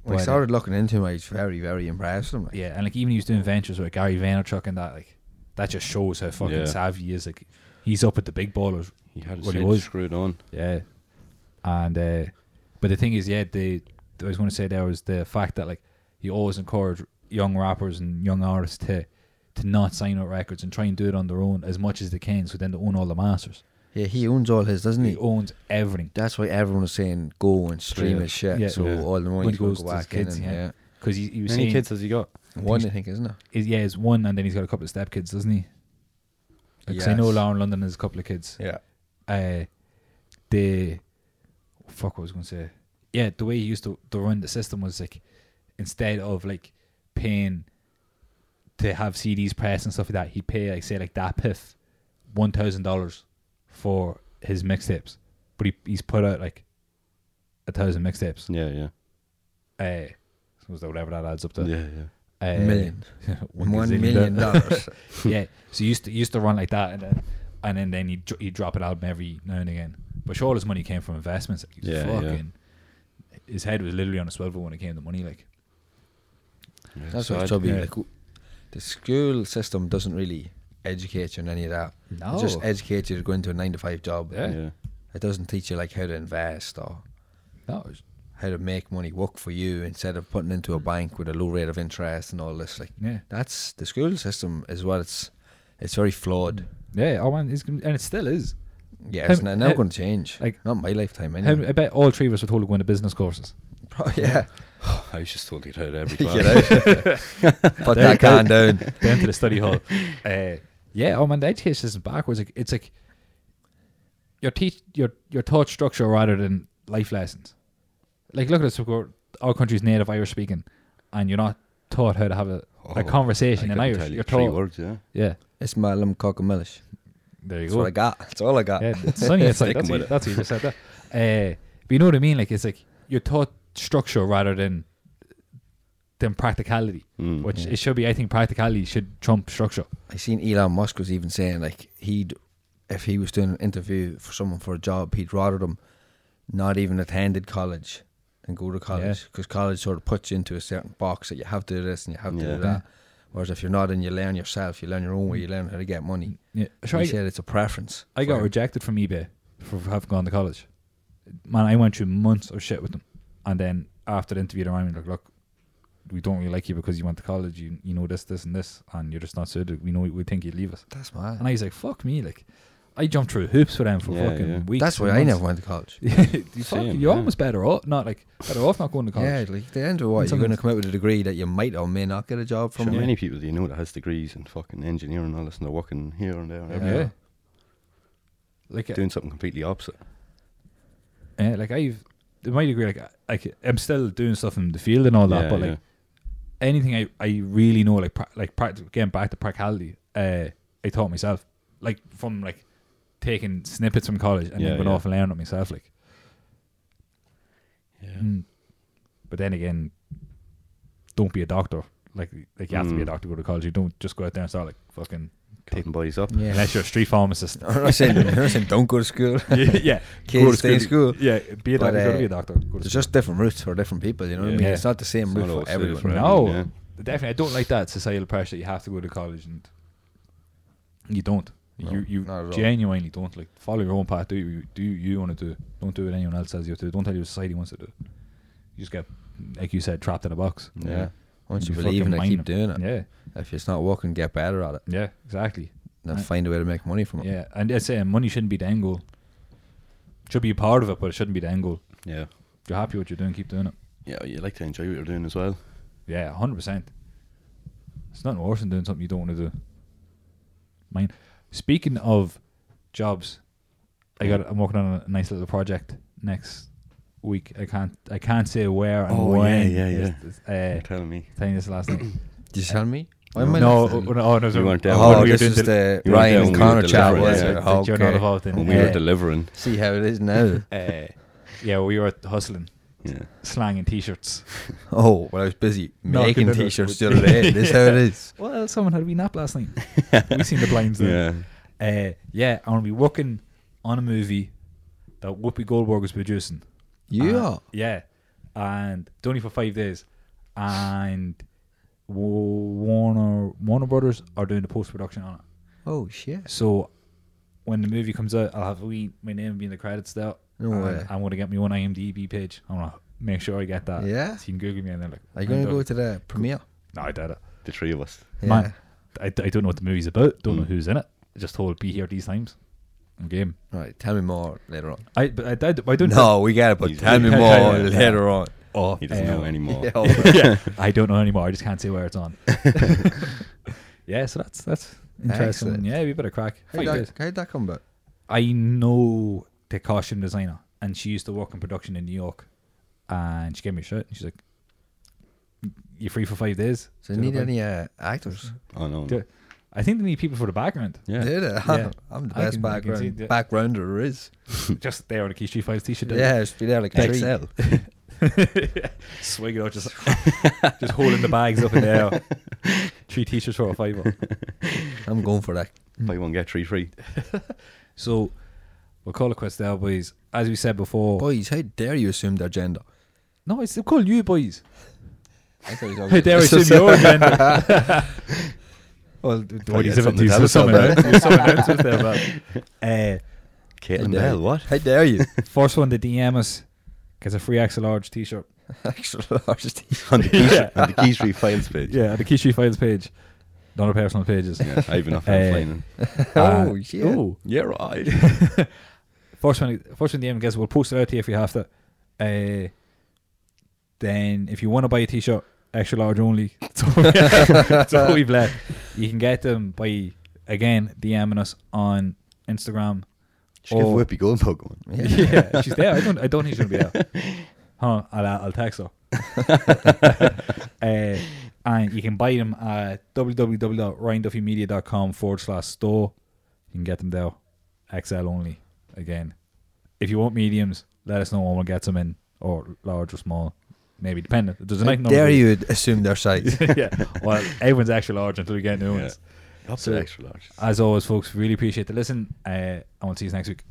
Speaker 7: when I
Speaker 5: But, uh,
Speaker 7: started looking into him, I was very very impressed with him. Like,
Speaker 5: yeah, and like even he was doing ventures with Gary Vaynerchuk and that, like that just shows how fucking
Speaker 6: Yeah.
Speaker 5: savvy he is. Like he's up at the big ballers.
Speaker 6: He had his
Speaker 5: Well, he
Speaker 6: head
Speaker 5: was.
Speaker 6: screwed on.
Speaker 5: Yeah. And uh but the thing is, yeah, the I was gonna say there was the fact that like you always encourage young rappers and young artists to to not sign out records and try and do it on their own as much as they can so then they own all the masters.
Speaker 7: yeah, he owns all his, doesn't
Speaker 5: He owns everything.
Speaker 7: That's why everyone was saying go and stream
Speaker 6: Yeah.
Speaker 7: his shit.
Speaker 5: Yeah.
Speaker 7: So
Speaker 6: Yeah.
Speaker 7: all the money
Speaker 5: When he goes
Speaker 7: goes go
Speaker 5: to his
Speaker 7: back in.
Speaker 5: kids,
Speaker 7: and,
Speaker 5: yeah.
Speaker 7: yeah.
Speaker 5: Because he, he was
Speaker 6: How many
Speaker 5: saying-
Speaker 6: kids has he got?
Speaker 7: One, I think, isn't it?
Speaker 5: is- yeah, it's one, and then he's got a couple of step kids, doesn't he? Because I know
Speaker 7: Yes.
Speaker 5: Lauren London has a couple of kids.
Speaker 7: Yeah.
Speaker 5: Uh, the fuck, what was I going to say? Yeah, the way he used to, to run the system was like instead of like paying to have CDs pressed and stuff like that, he'd pay like say like that piff one thousand dollars for his mixtapes, but he he's put out like a thousand mixtapes.
Speaker 6: Yeah, yeah,
Speaker 5: Uh, so whatever that adds up to.
Speaker 6: yeah, yeah.
Speaker 5: Uh,
Speaker 7: Million.
Speaker 5: (laughs) one
Speaker 7: One
Speaker 5: gazillion
Speaker 7: million
Speaker 5: dollars.
Speaker 7: dollars.
Speaker 5: (laughs) yeah. So you used to you used to run like that, and then and then, then you dr- you drop an album every now and again. But sure, all his money came from investments. Like, he was
Speaker 6: Yeah, yeah.
Speaker 5: fucking, His head was literally on a swivel when it came to money. Like,
Speaker 7: That's
Speaker 6: So
Speaker 7: what's
Speaker 6: I'd-
Speaker 7: trouble.
Speaker 5: yeah.
Speaker 7: Like, w- the school system doesn't really educate you on any of that. It just
Speaker 5: No.
Speaker 7: educates you to go into a nine to five job.
Speaker 5: Yeah.
Speaker 6: Yeah,
Speaker 7: It doesn't teach you like how to invest or
Speaker 5: that was
Speaker 7: how to make money work for you instead of putting into a bank with a low rate of interest and all this. Like
Speaker 5: Yeah.
Speaker 7: that's the school system is what it's it's very flawed.
Speaker 5: yeah. Oh man, it's, gonna- and it still is.
Speaker 7: Yeah,
Speaker 5: How-
Speaker 7: it's not, never
Speaker 5: how-
Speaker 7: going to change.
Speaker 5: like-
Speaker 7: Like not in my lifetime
Speaker 5: How,
Speaker 7: anyway.
Speaker 5: I bet all three of us were told to go into business courses.
Speaker 7: Pro-
Speaker 5: (laughs)
Speaker 7: (laughs) yeah,
Speaker 6: I was just told to get (laughs) out of every class.
Speaker 7: put that can down.
Speaker 5: (laughs) down to the study
Speaker 6: (laughs)
Speaker 5: hall. Uh, yeah, oh man, the education system backwards. Like, it's like your teach your your taught structure rather than life lessons. Like, look at us. we've got- Our country's native Irish speaking, and you're not taught how to have a, a
Speaker 6: Oh,
Speaker 5: conversation
Speaker 6: I
Speaker 5: in
Speaker 6: couldn't
Speaker 5: Irish.
Speaker 6: tell you
Speaker 5: You're
Speaker 6: three
Speaker 5: taught,
Speaker 6: words, yeah.
Speaker 5: yeah.
Speaker 7: It's my lemon cock and millish.
Speaker 5: There you
Speaker 7: That's
Speaker 5: go.
Speaker 7: what I got. That's all I got.
Speaker 5: Yeah,
Speaker 7: (laughs)
Speaker 5: it's funny.
Speaker 6: (laughs)
Speaker 5: It's like
Speaker 6: Sticking
Speaker 5: that's what,
Speaker 6: with
Speaker 5: you-
Speaker 6: it.
Speaker 5: that's what you just said. That. Uh, but you know what I mean? Like it's like you're taught structure rather than than practicality,
Speaker 6: Mm,
Speaker 5: which it should be. I think practicality should trump structure.
Speaker 7: I seen Elon Musk was even saying like he'd if he was doing an interview for someone for a job, he'd rather them not even attended college than go to college because college sort of puts you into a certain box that you have to do this and you have to
Speaker 6: Yeah.
Speaker 7: do that. Whereas if you're not and you learn yourself, you learn your own way, you learn how to get money.
Speaker 5: Yeah, sure.
Speaker 7: he
Speaker 5: I-
Speaker 7: said it's a preference.
Speaker 5: I
Speaker 7: for
Speaker 5: got
Speaker 7: him.
Speaker 5: rejected from eBay for having gone to college. Man, I went through months of shit with them, and then after the interview, they rang me like, "Look, we don't really like you because you went to college. You you know this, this, and this, and you're just not suited. We know we think you'd leave us."
Speaker 7: That's mad.
Speaker 5: And I was like, "Fuck me!" Like, I jumped through hoops for them for
Speaker 6: Yeah,
Speaker 5: fucking
Speaker 6: yeah.
Speaker 5: weeks.
Speaker 7: That's
Speaker 5: and
Speaker 7: why I
Speaker 5: months.
Speaker 7: never went to college.
Speaker 5: (laughs) you fuck,
Speaker 6: Same,
Speaker 5: you're
Speaker 6: yeah.
Speaker 5: almost better off not like better off not going to college.
Speaker 7: Yeah, like the end of what you're going to
Speaker 5: sometimes-
Speaker 7: come out with a degree that you might or may not get a job
Speaker 6: Sure,
Speaker 7: from.
Speaker 6: many people do you know that has degrees in fucking engineering and all this, and they're working here and there and everywhere,
Speaker 5: Yeah. Like uh,
Speaker 6: doing something completely opposite.
Speaker 5: yeah, like I've to my degree, like I- like I'm still doing stuff in the field and all that,
Speaker 6: Yeah,
Speaker 5: but like
Speaker 6: yeah.
Speaker 5: anything I, I really know, like pra- like practice getting back to practicality, uh, I taught myself, like from like taking snippets from college and
Speaker 6: Yeah,
Speaker 5: then going
Speaker 6: yeah.
Speaker 5: off and learning it myself, like.
Speaker 6: Yeah.
Speaker 5: Mm. But then again,
Speaker 6: Mm.
Speaker 5: don't be a doctor. Like like you have to be a doctor to go to college. You don't just go out there and start like fucking
Speaker 6: taking boys up.
Speaker 7: Yeah.
Speaker 5: Unless you're a street
Speaker 6: (laughs)
Speaker 5: pharmacist.
Speaker 7: (laughs)
Speaker 5: (laughs)
Speaker 7: I'm not saying, I'm not saying don't go to school.
Speaker 5: yeah.
Speaker 7: Kids
Speaker 5: Go to
Speaker 7: stay in school.
Speaker 5: Yeah, be a
Speaker 7: But,
Speaker 5: doctor. go to
Speaker 7: uh,
Speaker 5: be a doctor. Go to
Speaker 7: There's just different routes for different people, you know what I mean?
Speaker 5: Yeah.
Speaker 7: It's not the same
Speaker 6: It's
Speaker 7: route
Speaker 6: not all
Speaker 7: for
Speaker 6: the same
Speaker 7: everyone.
Speaker 6: for
Speaker 5: school.
Speaker 6: everyone.
Speaker 5: No,
Speaker 6: yeah.
Speaker 5: definitely. I don't like that societal pressure. You have to go to college, and you don't. you
Speaker 7: not
Speaker 5: you
Speaker 7: at all.
Speaker 5: genuinely don't like follow your own path. Do you do you want to do? Don't do what anyone else says you have to. do. Don't tell you what society wants to do. You just get, like you said, trapped in a box.
Speaker 7: Yeah. Once you
Speaker 5: You
Speaker 7: believe
Speaker 5: fucking
Speaker 7: in it,
Speaker 5: mind
Speaker 7: keep
Speaker 5: them.
Speaker 7: doing it.
Speaker 5: Yeah,
Speaker 7: If it's not working, get better at it.
Speaker 5: yeah, exactly.
Speaker 7: Then
Speaker 5: I-
Speaker 7: find a way to make money from it.
Speaker 5: Yeah, and I say money shouldn't be the end goal. Should be a part of it, but it shouldn't be the end goal.
Speaker 6: Yeah.
Speaker 5: If you're happy with what you're doing, keep doing it.
Speaker 6: Yeah, you like to enjoy what you're doing as well.
Speaker 5: Yeah, hundred percent. It's nothing worse than doing something you don't want to do. Mine. Speaking of jobs, I got. I'm working on a nice little project next week. I can't. I can't say where and
Speaker 6: Oh, yeah,
Speaker 5: when.
Speaker 6: yeah, yeah.
Speaker 5: It's- it's, uh,
Speaker 6: Tell me.
Speaker 5: telling this last night.
Speaker 7: Did you tell me?
Speaker 5: no, no, oh, no, oh, no,
Speaker 6: You weren't there.
Speaker 5: when
Speaker 6: Oh,
Speaker 5: we were
Speaker 7: this
Speaker 5: doing
Speaker 7: is the
Speaker 6: you
Speaker 7: Ryan and
Speaker 6: went down, we were
Speaker 7: Connor chat,
Speaker 6: delivering,
Speaker 7: was
Speaker 6: yeah.
Speaker 7: it?
Speaker 5: That you're not
Speaker 7: Okay.
Speaker 5: involved in.
Speaker 6: When we were
Speaker 5: Uh,
Speaker 6: delivering.
Speaker 7: See how it
Speaker 5: (laughs)
Speaker 7: is now.
Speaker 5: uh, yeah, we were hustling,
Speaker 6: Yeah.
Speaker 5: slanging t-shirts.
Speaker 7: Oh, well, I was busy
Speaker 5: Knocking
Speaker 7: making
Speaker 5: it out.
Speaker 7: t-shirts the other
Speaker 5: (laughs)
Speaker 7: day. This how it is.
Speaker 5: Well, uh, someone had a wee nap last
Speaker 7: (laughs)
Speaker 5: night. we seen the blinds. Then.
Speaker 6: Yeah.
Speaker 5: Uh, yeah, I'm gonna be working on a movie that Whoopi Goldberg was producing.
Speaker 7: Yeah.
Speaker 5: Uh, yeah, and it's only for five days, and Wa- Warner Warner Brothers are doing the post production on it.
Speaker 7: oh shit.
Speaker 5: So when the movie comes out, I'll have we my name be in the credits there.
Speaker 7: No
Speaker 5: and
Speaker 7: way.
Speaker 5: I'm gonna get me own IMDb page. I'm gonna make sure I get that.
Speaker 7: Yeah?
Speaker 5: so you can Google me and then like,
Speaker 7: Are you gonna go to the premiere?
Speaker 5: No, I did it.
Speaker 6: The three of us.
Speaker 5: Man,
Speaker 7: Yeah. Mm.
Speaker 5: I, I don't know what the movie's about. Don't know who's in it. Just told be here these times. I'm game.
Speaker 7: Right. Tell me more later on.
Speaker 5: I but I, I, I don't.
Speaker 7: No, we got it. But
Speaker 6: He's-
Speaker 7: tell
Speaker 5: (laughs)
Speaker 7: me
Speaker 5: Yeah,
Speaker 7: more
Speaker 5: yeah, yeah.
Speaker 7: later on. (laughs) oh.
Speaker 5: Oh,
Speaker 6: He doesn't
Speaker 5: um,
Speaker 6: know anymore.
Speaker 5: (laughs) yeah, I don't know anymore. I just can't say where it's
Speaker 7: (laughs)
Speaker 5: on. yeah, so that's that's interesting.
Speaker 7: Excellent.
Speaker 5: Yeah, we better crack.
Speaker 7: How'd
Speaker 5: Five
Speaker 7: that,
Speaker 5: days.
Speaker 7: how'd that come about?
Speaker 5: I know the costume designer, and she used to work in production in New York, and she gave me a shirt, and she's like, "You're free for five days."
Speaker 7: So
Speaker 5: Do
Speaker 7: you
Speaker 5: the
Speaker 7: need
Speaker 5: back-
Speaker 7: any uh, actors?
Speaker 6: Oh no.
Speaker 5: do- I think they need people for the
Speaker 7: (laughs)
Speaker 5: background.
Speaker 6: Yeah.
Speaker 7: Dude,
Speaker 5: Yeah.
Speaker 7: I'm the
Speaker 5: I
Speaker 7: best
Speaker 5: can- I can see
Speaker 7: background
Speaker 5: that.
Speaker 7: backgrounder there is.
Speaker 5: just there on a Key Street Files t-shirt.
Speaker 7: Yeah, it's be there like
Speaker 5: Three. (laughs)
Speaker 7: XL.
Speaker 5: swig it out, just (laughs) just holding the bags up in the (laughs) air. Three t-shirts for a fiver.
Speaker 7: I'm going for that.
Speaker 6: Buy one get three free.
Speaker 5: So we'll call it quits there, boys. As we said before,
Speaker 7: Boys, how dare you assume their gender?
Speaker 5: no, it's still called you (laughs) boys.
Speaker 7: I thought it was
Speaker 5: (laughs)
Speaker 7: always-
Speaker 5: How dare I (laughs) assume your gender?
Speaker 7: Well,
Speaker 5: (laughs) Well,
Speaker 6: you
Speaker 5: he's
Speaker 6: had
Speaker 5: a bit-
Speaker 6: something to
Speaker 5: he's
Speaker 6: tell us
Speaker 5: summing
Speaker 6: about
Speaker 5: out- he's summing out with there, but,
Speaker 6: Caitlin
Speaker 7: dare
Speaker 6: Bell,
Speaker 7: you.
Speaker 6: what?
Speaker 7: (laughs) How dare you?
Speaker 5: (laughs) uh, first one to DM us gets a free extra large t-shirt.
Speaker 7: Extra large t
Speaker 6: (laughs) on the Keys, on the Keys Free Files page.
Speaker 5: Yeah, at the Key Street Files page, not our personal (laughs) pages.
Speaker 6: Yeah, I even off
Speaker 5: Uh,
Speaker 6: uh, flying.
Speaker 7: Oh, shit.
Speaker 5: ooh.
Speaker 6: Yeah, right.
Speaker 5: First one, first one DM guess we'll post it out to you if you have to. Uh, then if you want to buy a t-shirt, extra large only. (laughs) That's all we- that's all we've left. You can get them by again DMing us on Instagram.
Speaker 6: Just give
Speaker 5: Oh.
Speaker 6: Whoopi Goldberg one.
Speaker 5: Yeah, (laughs) she's there. I don't. I don't think she'll be there. Huh? I'll, I'll text her. uh, and you can buy them at www.ryanduffymedia.com forward slash store. You can get them there. XL only. Again, if you want mediums, let us know when we'll get them in, or large or small, maybe depending. There's a
Speaker 7: How
Speaker 5: nice number.
Speaker 7: Uh, dare you assume their size?
Speaker 5: (laughs) yeah. Well, everyone's extra large until we get new
Speaker 6: Yeah.
Speaker 5: ones.
Speaker 6: Up
Speaker 5: So-
Speaker 6: to the extra large.
Speaker 5: As always, folks, really appreciate the listen. Uh, I will see you next week.